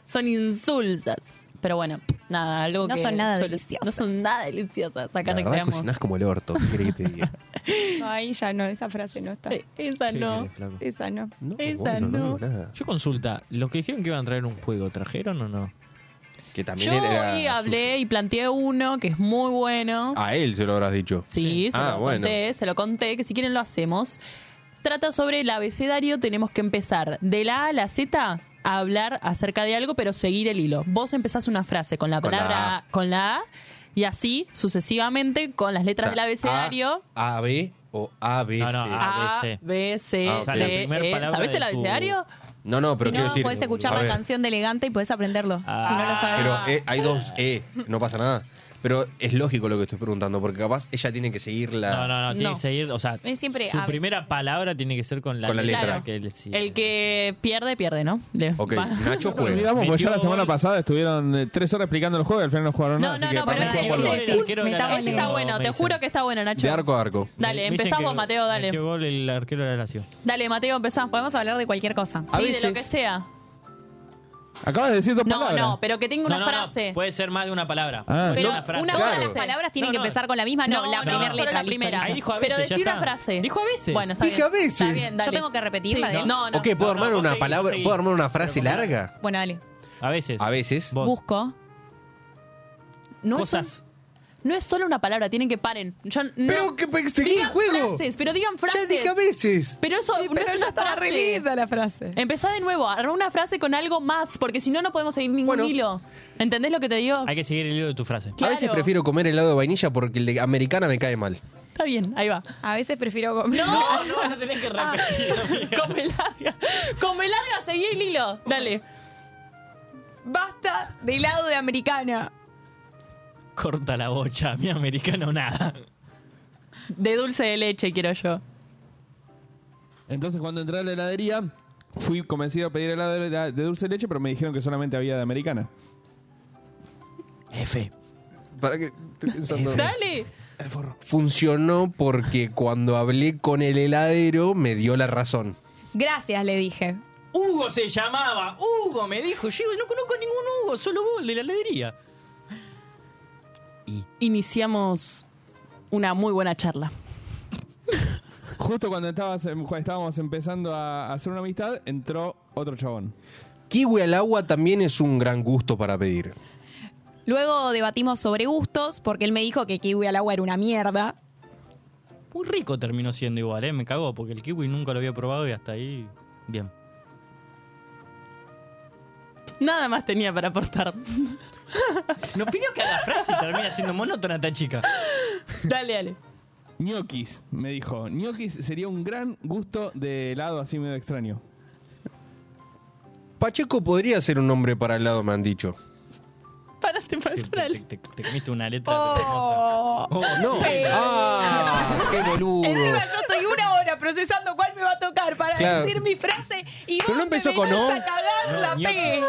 S2: son insultas. Pero bueno, nada, algo
S1: No
S2: que.
S1: son nada
S2: suele-
S1: deliciosas.
S2: No son nada deliciosas. Acá
S5: La verdad,
S2: recreamos.
S5: cocinás como el orto. ¿Qué querés que te diga?
S1: Ah. No, ahí ya no, esa frase no está.
S2: Eh, Esa no.
S1: Esa no.
S5: No,
S2: Esa
S5: bueno, no,
S2: no.
S5: digo nada.
S4: Yo consulta, los que dijeron que iban a traer un juego, ¿trajeron o no?
S5: Que también
S2: Yo
S5: era
S2: hoy hablé
S5: suyo.
S2: y planteé uno que es muy bueno.
S5: A él se lo habrás dicho.
S2: Sí, se
S5: Ah,
S2: lo
S5: bueno.
S2: conté, se lo conté, que si quieren lo hacemos. Trata sobre el abecedario, tenemos que empezar de la A a la Z a hablar acerca de algo, pero seguir el hilo. Vos empezás una frase con la
S5: Con la
S2: palabra,
S5: A.
S2: con la A, y así sucesivamente con las letras
S5: O sea,
S2: del abecedario.
S5: A, A, B o A, B,
S4: No, no,
S5: C.
S4: A.
S2: A,
S4: B, C.
S2: B, C,
S5: Ah, ok. O sea,
S4: la
S2: D,
S4: primer
S2: E.
S4: palabra
S2: ¿Sabés
S4: de
S2: el
S4: tu-
S2: abecedario?
S5: No, no, pero
S1: Si
S5: quiero
S1: no,
S5: decir.
S1: puedes escuchar
S5: a
S1: la
S5: ver,
S1: canción de Elegante y puedes aprenderlo. si no lo
S4: Ah.
S1: sabes.
S5: Pero eh, hay dos E, no pasa nada. Pero es lógico lo que estoy preguntando, porque capaz ella tiene que seguir la.
S4: No, no, no, tiene
S2: No.
S4: que seguir, o sea,
S1: Es siempre
S4: su
S1: a-
S4: primera palabra tiene que ser con la,
S5: Con la letra.
S4: que le sigue.
S2: El que pierde, pierde, ¿no? Le-
S5: Ok,
S2: va.
S5: Nacho juega.
S7: Digamos, porque ya la
S4: Metió
S7: semana
S4: gol.
S7: pasada estuvieron eh, tres horas explicando el juego y al final no jugaron
S2: No,
S7: nada.
S2: no,
S7: así que
S2: no,
S7: para
S2: pero
S7: mí fue un
S2: este-
S7: buen gol.
S2: este-
S4: arquero era el
S2: este
S4: arquero,
S2: está bueno,
S4: me
S2: te
S4: dicen.
S2: juro que está bueno, Nacho.
S5: De arco a arco.
S2: Dale,
S4: Me dicen
S2: empezás
S4: que-
S2: vos, Mateo, dale.
S4: metió gol el arquero de la nación.
S2: Dale, Mateo, empezá.
S1: Podemos hablar de cualquier cosa.
S5: A
S2: Sí, de
S5: veces-
S2: lo que sea.
S7: Acabas de decir dos
S2: No,
S7: palabras.
S2: no, pero que tenga una frase.
S4: puede ser más de una palabra.
S7: Ah.
S4: Puede ser
S2: pero
S4: una frase.
S2: una
S5: Claro.
S2: frase.
S1: Las palabras tienen
S4: No,
S1: que
S4: no.
S1: empezar con la misma, no,
S2: No,
S1: la
S2: no,
S1: primera
S4: solo
S1: letra.
S2: la
S1: listo,
S2: primera.
S1: listo.
S4: Ahí dijo a
S2: Pero
S4: veces. ya
S2: decí una
S4: está.
S2: frase.
S4: Dijo a veces.
S2: Bueno, está
S5: Dije
S2: bien.
S5: a veces.
S2: Está bien, dale.
S1: Yo tengo que repetirla.
S2: Sí,
S1: de-
S2: No, no.
S5: ok, ¿puedo
S4: no,
S5: armar
S4: no,
S5: una
S4: seguí,
S5: palabra?
S4: seguí.
S5: ¿Puedo armar una frase
S4: Pero con-
S5: larga?
S1: Bueno, dale.
S4: A veces.
S5: A veces.
S4: Vos.
S1: Busco.
S2: No es, sol-
S4: Cosas.
S2: no es solo una palabra, tienen que paren. Yo no-
S5: Pero que pe- seguí
S2: Digan
S5: el juego.
S2: frases, pero digan
S5: Ya
S2: frases.
S5: dije a veces.
S2: Pero eso no es una
S1: está re
S2: frase.
S1: linda la frase.
S2: Empezá de nuevo, arma una frase con algo más, porque si no, no podemos seguir ningún
S5: Bueno.
S2: hilo. ¿Entendés lo que te digo?
S4: Hay que seguir el hilo de tu frase.
S5: A veces
S2: Claro.
S5: prefiero comer helado de vainilla porque el de americana me cae mal.
S2: Está bien, ahí va.
S1: A veces prefiero comer.
S2: No, no, no tenés que repetir. Come larga. Come larga, seguí el hilo. Dale.
S1: Basta de helado de americana.
S4: Corta la bocha, mi americano nada.
S2: De dulce de leche quiero yo.
S7: Entonces, cuando entré a la heladería, fui convencido a pedir helado de, de dulce de leche, pero me dijeron que solamente había de americana.
S4: F.
S5: ¿Para qué? Estoy pensando.
S2: Dale.
S5: Funcionó porque cuando hablé con el heladero me dio la razón.
S1: Gracias, le dije.
S4: Hugo se llamaba. Hugo me dijo. Yo no conozco ningún Hugo, solo vos, el de la heladería.
S2: Iniciamos una muy buena charla.
S7: Justo cuando estabas, em, cuando estábamos empezando a hacer una amistad, entró otro chabón.
S5: Kiwi al agua también es un gran gusto para pedir.
S1: Luego debatimos sobre gustos, porque él me dijo que kiwi al agua era una mierda.
S4: Muy rico terminó siendo igual, ¿eh? Me cagó porque el kiwi nunca lo había probado y hasta ahí. Bien.
S2: Nada más tenía para aportar.
S4: Nos pidió que haga frase y termina siendo monótona esta chica.
S2: Dale, dale.
S7: Ñoquis, me dijo. Ñoquis sería un gran gusto de helado así medio extraño.
S5: Pacheco podría ser un nombre para el lado, me han dicho.
S2: Parate,
S4: Te,
S2: parate, parate.
S4: te- te- te comiste una letra
S1: Oh,
S4: hermosa. Oh,
S5: No.
S2: Eh.
S4: sí.
S5: ¡Ah! ¡Qué boludo!
S1: Encima yo estoy una hora procesando cuál me va a tocar para
S5: Claro.
S1: decir mi frase y vos
S5: Pero no empezó
S1: me
S5: con
S1: venís
S5: O.
S1: a cagar
S4: No,
S1: la
S4: ñoqui.
S1: P.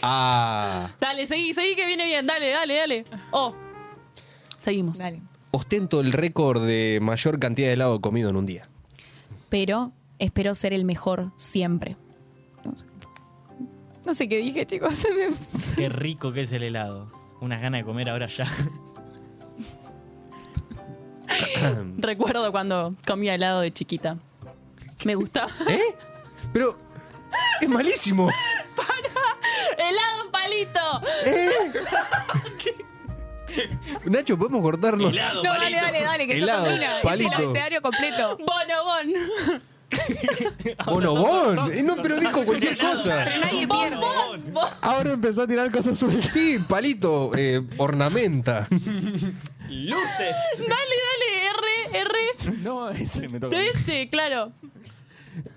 S5: ¡Ah!
S2: Dale, seguí, seguí que viene bien. Dale, dale, dale. Oh. Seguimos.
S1: Dale.
S5: Ostento el récord de mayor cantidad de helado comido en un día.
S1: Pero espero ser el mejor siempre. No sé, No sé qué dije, chicos. se me-
S4: Qué rico que es el helado. Unas ganas de comer ahora ya.
S2: Recuerdo cuando comía helado de chiquita. Me gustaba.
S5: ¿Eh? Pero es malísimo.
S2: ¡Helado en palito!
S5: ¿Eh? Nacho, podemos cortarlo.
S4: Helado,
S1: No, dale,
S4: palito.
S1: dale, dale, que
S5: Helado,
S1: yo termino.
S5: palito.
S1: El abecedario completo.
S2: Bonobón.
S5: Bonobón. Eh, No, pero dijo cualquier cosa.
S1: Pero nadie pierde.
S2: Bombón. Bo-
S7: Ahora empezó a tirar cosas sueltas.
S5: Sí, palito, eh, ornamenta.
S4: Luces.
S2: Dale, dale, R, R.
S7: No, ese me toca.
S2: De ese, claro.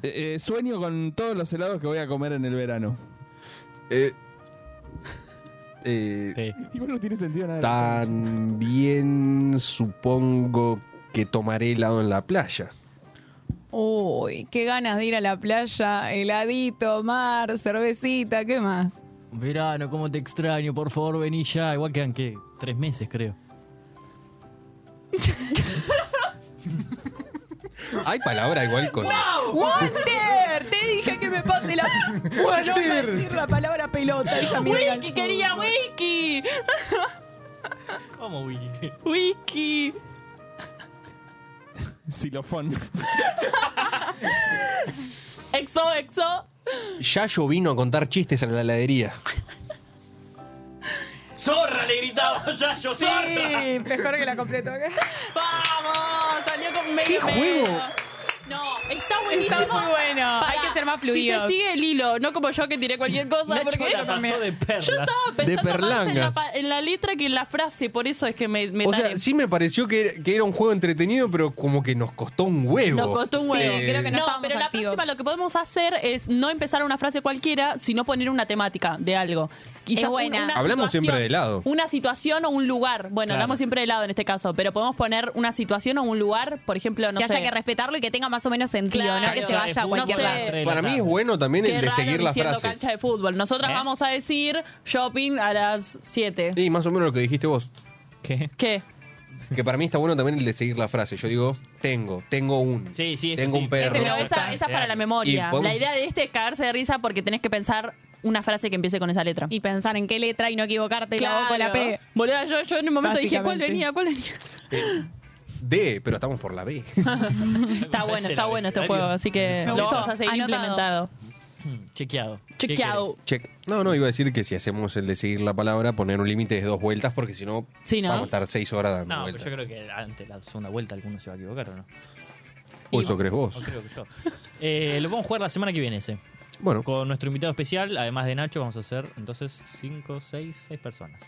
S7: Eh, eh, sueño con todos los helados que voy a comer en el verano.
S5: Eh, eh,
S4: Sí.
S7: Igual no tiene sentido nada. de lo que dice.
S5: También supongo que tomaré helado en la playa.
S1: Uy, qué ganas de ir a la playa, heladito, mar, cervecita, ¿qué más?
S4: Verano, cómo te extraño, por favor, vení ya. Igual quedan, ¿qué? Tres meses, creo.
S5: Hay palabra igual con.
S1: ¡Walter! Te dije que me pase la. No iba a decir la palabra pelota. Ella me iba a
S2: Wiki, quería wiki.
S4: ¿Cómo, Willy?
S2: Wiki.
S7: Xilofón.
S2: Exo, exo.
S5: Yayo vino a contar chistes en la heladería.
S4: ¡Zorra! Le gritaba ya, yo, zorra.
S1: Sí, mejor que la completo.
S2: Vamos, salió con medio.
S5: ¿Qué
S2: medio.
S5: juego?
S2: No, está buenísimo.
S1: Está muy bueno.
S2: Pará,
S1: Hay que ser más
S2: Si
S1: fluidos.
S2: se sigue el hilo, no como yo que tiré cualquier cosa.
S4: Nacho
S2: porque
S4: la pasó de perlas.
S2: yo estaba pensando más en la,
S5: perlangas.
S2: pa- en la letra que en la frase, por eso es que me, me
S5: O sea,
S2: taré.
S5: sí me pareció que, que era un juego entretenido, pero como que nos costó un huevo.
S2: Nos costó un huevo.
S5: Eh,
S1: creo que no estábamos
S2: pero la
S1: activos.
S2: próxima lo que podemos hacer es no empezar una frase cualquiera, sino poner una temática de algo. Quizás
S1: Es buena.
S2: un- una
S5: Hablamos
S2: situación-
S5: siempre de helado.
S2: Una situación o un lugar. Bueno,
S4: Claro.
S2: hablamos siempre de helado en este caso, pero podemos poner una situación o un lugar, por ejemplo, no
S1: que
S2: sé.
S1: haya que respetarlo y que tenga más o menos sentido,
S2: Claro.
S1: no que se
S2: Cancha de
S1: vaya a
S2: fútbol,
S1: cualquier
S2: no
S1: lado.
S2: sé.
S4: Tres de la
S5: Para mí
S4: tarde.
S5: es bueno también
S2: Qué
S5: el de
S2: raro
S5: seguir la
S2: diciendo
S5: frase.
S2: cancha de fútbol. Nosotras
S4: ¿Eh?
S2: vamos a decir shopping a las 7.
S5: Y más o menos lo que dijiste vos.
S4: ¿Qué?
S2: ¿Qué?
S5: Que para mí está bueno también el de seguir la frase. Yo digo, tengo, tengo un.
S4: Sí, sí, eso
S5: Tengo
S4: sí.
S5: un perro.
S2: Pero
S4: no,
S2: esa,
S4: está,
S2: esa es para
S4: claro.
S2: la memoria.
S5: Y podemos-
S2: La idea de este es cagarse de risa porque tenés que pensar una frase que empiece con esa letra.
S1: Y pensar en qué letra y no equivocarte la O con la P.
S2: Boluda, yo, yo en un momento dije, ¿cuál
S1: Básicamente.
S2: venía? ¿Cuál venía?
S5: D, pero estamos por la B.
S2: Está bueno,
S4: Parece
S2: está
S4: el
S2: bueno este
S4: abecedario.
S2: juego, así que
S1: Me
S2: lo
S1: gustó.
S2: vamos a seguir
S1: Anotado.
S2: implementado.
S4: Hmm, Chequeado. ¿Qué
S2: Chequeado.
S4: querés?
S5: Check. No, no, iba a decir que si hacemos el de seguir la palabra, poner un límite de dos vueltas, porque si no,
S2: Sí, ¿no?
S5: vamos a estar seis horas dando
S4: No, pero
S5: vueltas.
S4: yo creo que ante la segunda vuelta alguno se va a equivocar, ¿o no?
S5: O eso crees
S4: O
S5: vos.
S4: creo que yo. Eh, lo vamos a jugar la semana que viene ese.
S5: Bueno,
S4: Con nuestro invitado especial, además de Nacho, vamos a hacer entonces 5, 6, 6 personas.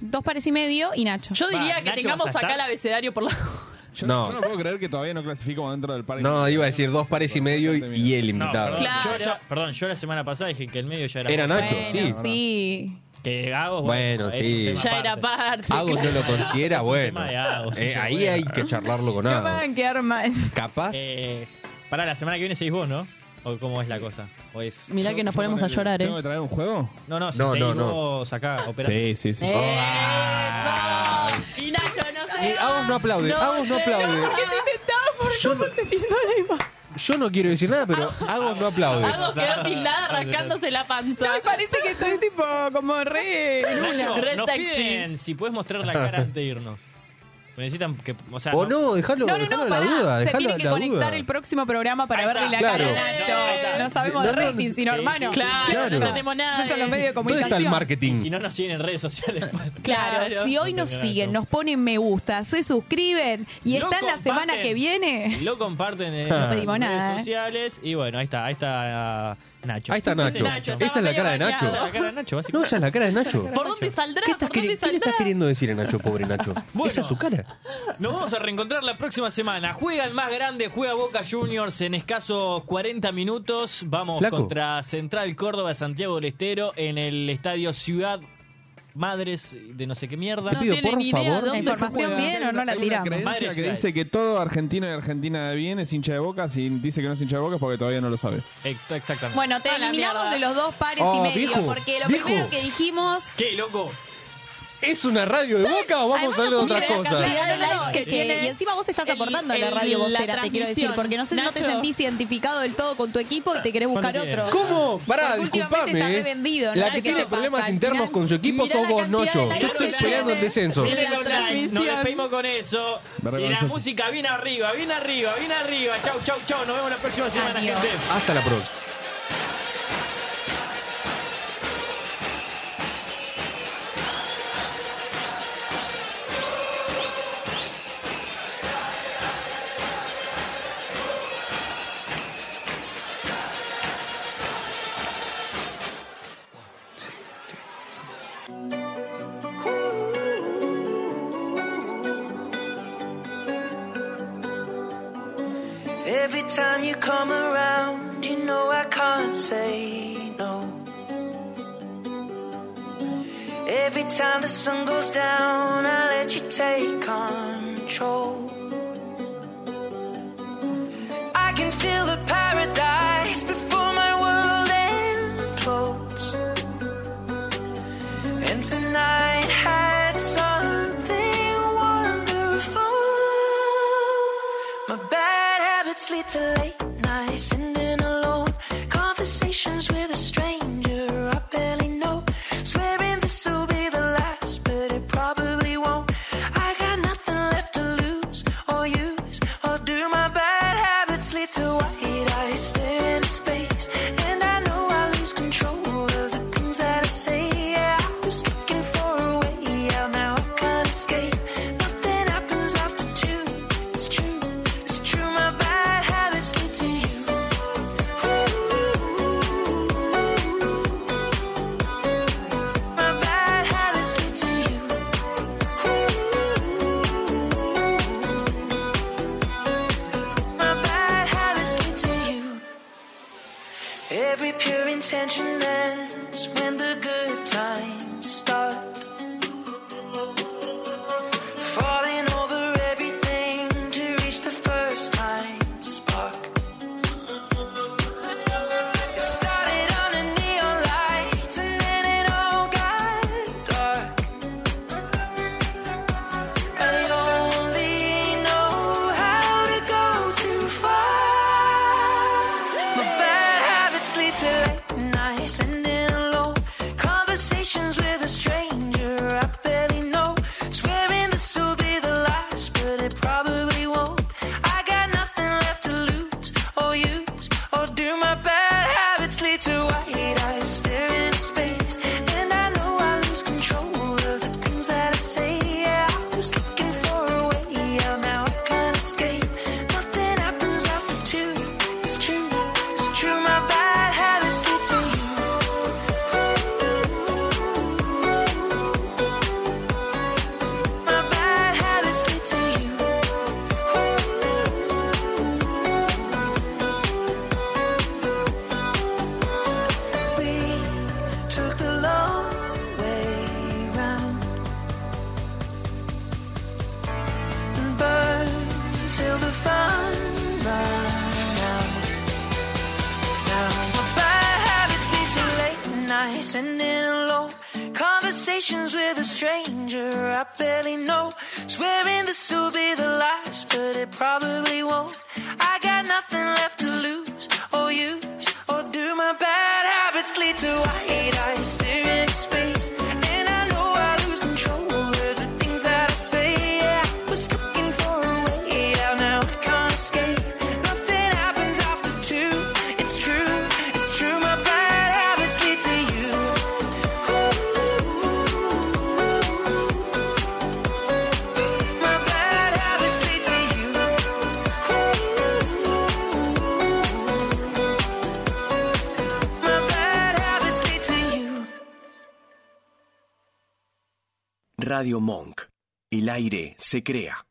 S1: Dos pares y medio y Nacho.
S2: Yo diría
S4: Va,
S2: que
S4: Nacho,
S2: tengamos
S4: ¿vas a
S2: acá el
S4: estar?
S2: abecedario por la...
S7: Yo,
S5: No.
S7: yo no puedo creer que todavía no clasifico dentro del parque.
S5: no, iba a decir dos pares y medio y, y el invitado.
S4: perdón,
S2: Claro.
S4: yo, ya- perdón, yo la semana pasada dije que el medio ya era.
S5: Era
S4: vos.
S5: Nacho, sí.
S1: sí.
S4: Que Gagos,
S5: Bueno,
S4: es
S5: sí.
S4: un tema
S2: Ya era
S4: aparte.
S2: parte.
S5: Agos no lo considera,
S4: Es un
S5: bueno.
S4: tema de Agos,
S5: Eh,
S4: sí,
S5: ahí
S4: bueno.
S5: hay que charlarlo con
S1: No
S5: Agos.
S1: van a quedar mal.
S5: Capaz.
S4: Eh, pará, la semana que viene seguís vos, ¿no? ¿O cómo es la cosa? ¿O es...
S2: Mirá que nos ponemos a llorar,
S7: ¿Tengo
S2: ¿eh?
S7: que traer un juego?
S4: No, no, si
S5: No,
S4: seguís
S5: no, no.
S4: vos acá, opera.
S7: Sí, sí,
S2: Eh,
S7: sí.
S2: ¡Eso! Y Nacho, no sé.
S5: Eh, Agos no aplaude, Agos no aplaude.
S2: Porque te intentaba por
S5: Yo no-
S2: cómo se tildó la imagen.
S5: Yo no quiero decir nada, pero
S4: Ah.
S5: Agos no aplaude.
S2: Algo quedó tildada rascándose la panza.
S1: me parece que estoy tipo como re.
S4: Nacho,
S2: Re
S4: nos
S2: sexy.
S4: piden si puedes mostrar la cara antes de irnos. Necesitan que. O sea,
S5: O no, dejalo,
S1: No, no, no,
S5: dejalo a la
S1: pará.
S5: duda.
S1: Se
S5: Dejalo
S1: tiene
S5: a
S1: que
S5: la
S1: conectar
S5: duda.
S1: el próximo programa para
S4: Ahí
S1: verle
S4: está.
S1: la
S5: Claro.
S1: cara a
S4: Ahí está.
S1: Nacho. No sabemos
S5: No, no,
S1: rating, sino hermano.
S2: Claro,
S5: Claro.
S2: no tenemos nada.
S1: Esos son
S2: de-
S1: los medios de
S5: ¿Dónde
S1: comunicación.
S5: está el
S4: Si
S5: marketing?
S4: no nos siguen en redes sociales.
S1: Claro, si hoy nos siguen, nos ponen me gusta, se suscriben y
S4: Lo
S1: están la
S4: comparten.
S1: semana que viene.
S4: Lo comparten en
S5: No
S1: pedimos
S4: redes
S1: nada, ¿eh?
S4: sociales. Y bueno, ahí está, ahí está ah, Nacho.
S5: Ahí está Nacho.
S4: Ese Nacho.
S5: Esa es la cara de Nacho.
S4: Esa es la cara de Nacho,
S5: No,
S4: básicamente.
S5: esa es la cara de Nacho.
S2: ¿Por dónde saldrá?
S5: ¿Qué, estás
S2: ¿Por
S5: queri- qué
S2: dónde
S5: le estás
S2: saldrá?
S5: queriendo decir a Nacho, pobre Nacho?
S4: Bueno.
S5: Esa es su cara.
S4: Nos vamos a reencontrar la próxima semana. Juega el más grande, juega Boca Juniors en escasos 40 minutos. Vamos
S5: Flaco.
S4: contra Central Córdoba de Santiago del Estero en el estadio Ciudad Madres de no sé qué mierda.
S5: Te
S2: No
S5: pido,
S2: tiene
S5: por
S2: ni idea
S5: favor.
S2: dónde
S1: ¿La información bien o no la
S7: Hay una
S1: tiramos?
S7: creencia
S4: Madre
S7: que
S4: ciudad.
S7: dice que todo argentino de Argentina de bien es hincha de boca. Si dice que no es hincha de boca es porque todavía no lo sabe.
S4: Ex- Exactamente.
S1: Bueno, te
S2: A Ah, la
S1: eliminamos
S2: mierda.
S1: de los dos pares
S5: Oh,
S1: y medio,
S5: viejo,
S1: porque lo
S5: viejo.
S1: primero que dijimos.
S4: ¿Qué, loco?
S5: ¿Es una radio de boca o vamos a hablar de otra
S1: Mira la
S5: cosa?
S1: cantidad de likes que
S2: Eh,
S1: tiene. Y encima vos estás
S2: el-
S1: aportando a la
S2: el-
S1: radio
S2: la
S1: vocera, te quiero decir,
S2: transmisión.
S1: porque no sé no te
S2: Nacho.
S1: sentís identificado del todo con tu equipo y te querés buscar
S4: ¿Cuánto
S1: otro.
S5: ¿Cómo? Pará,
S1: Porque últimamente está
S5: disculpame. eh.
S1: revendido, ¿no?
S5: La
S1: ¿Qué
S5: que
S1: te
S5: tiene
S1: pasa?
S5: problemas
S1: Al
S5: internos
S1: final,
S5: con su equipo
S2: mirá
S5: sos
S2: la
S5: vos,
S2: cantidad de
S5: Nacho.
S2: likes
S5: Yo
S2: que
S5: estoy
S2: tiene.
S5: peleando el descenso.
S2: Mirá la
S4: Nos
S2: transmisión.
S4: despedimos con eso. Y la
S7: Vergonzoso.
S4: música bien arriba, bien arriba, bien arriba. Chau, chau, chau. Nos vemos la próxima semana,
S1: Adiós.
S4: gente.
S5: Hasta la próxima.
S9: Every time you come around, you know I can't say no. Every time the sun goes down, I let you take control. I can feel the paradise before my world implodes. And tonight had something wonderful. My bad habits lead to late nights, sitting alone. Conversations with a stranger I barely know. Swearing this will be the last, but it probably won't. I got nothing left to lose or use or do. My bad habits lead to white eyes staring into space. And I know I lose control of the things that I say. Yeah, I was looking for a way out, now I can't escape. Nothing happens after two. It's true, it's true. My bad habits lead to you. My bad habits lead to you. My bad habits lead to you. Every pure intention ends when the good times start. Falling over everything to reach the first time spark. It started on a neon light and then it all got dark. I only know how to go too far. My bad habits lead to late nights and in alone conversations with a stranger I barely know. Swearing this will be the last, but it probably won't. I got nothing left to lose or use or do. My bad habits lead to white eyes staring into space, and I know I lose control of the things that I say. Yeah, I was looking for a way out, now I can't escape. Nothing happens after two. It's true, it's true. My bad habits lead to you. My bad habits lead to you. We took the long way round and burned till the fun ran out. Now bad habits lead to late nights and in alone conversations with a stranger I barely know. Swearing this will be the last, but it probably won't. I got nothing left to
S4: Radio Monk. El aire se crea.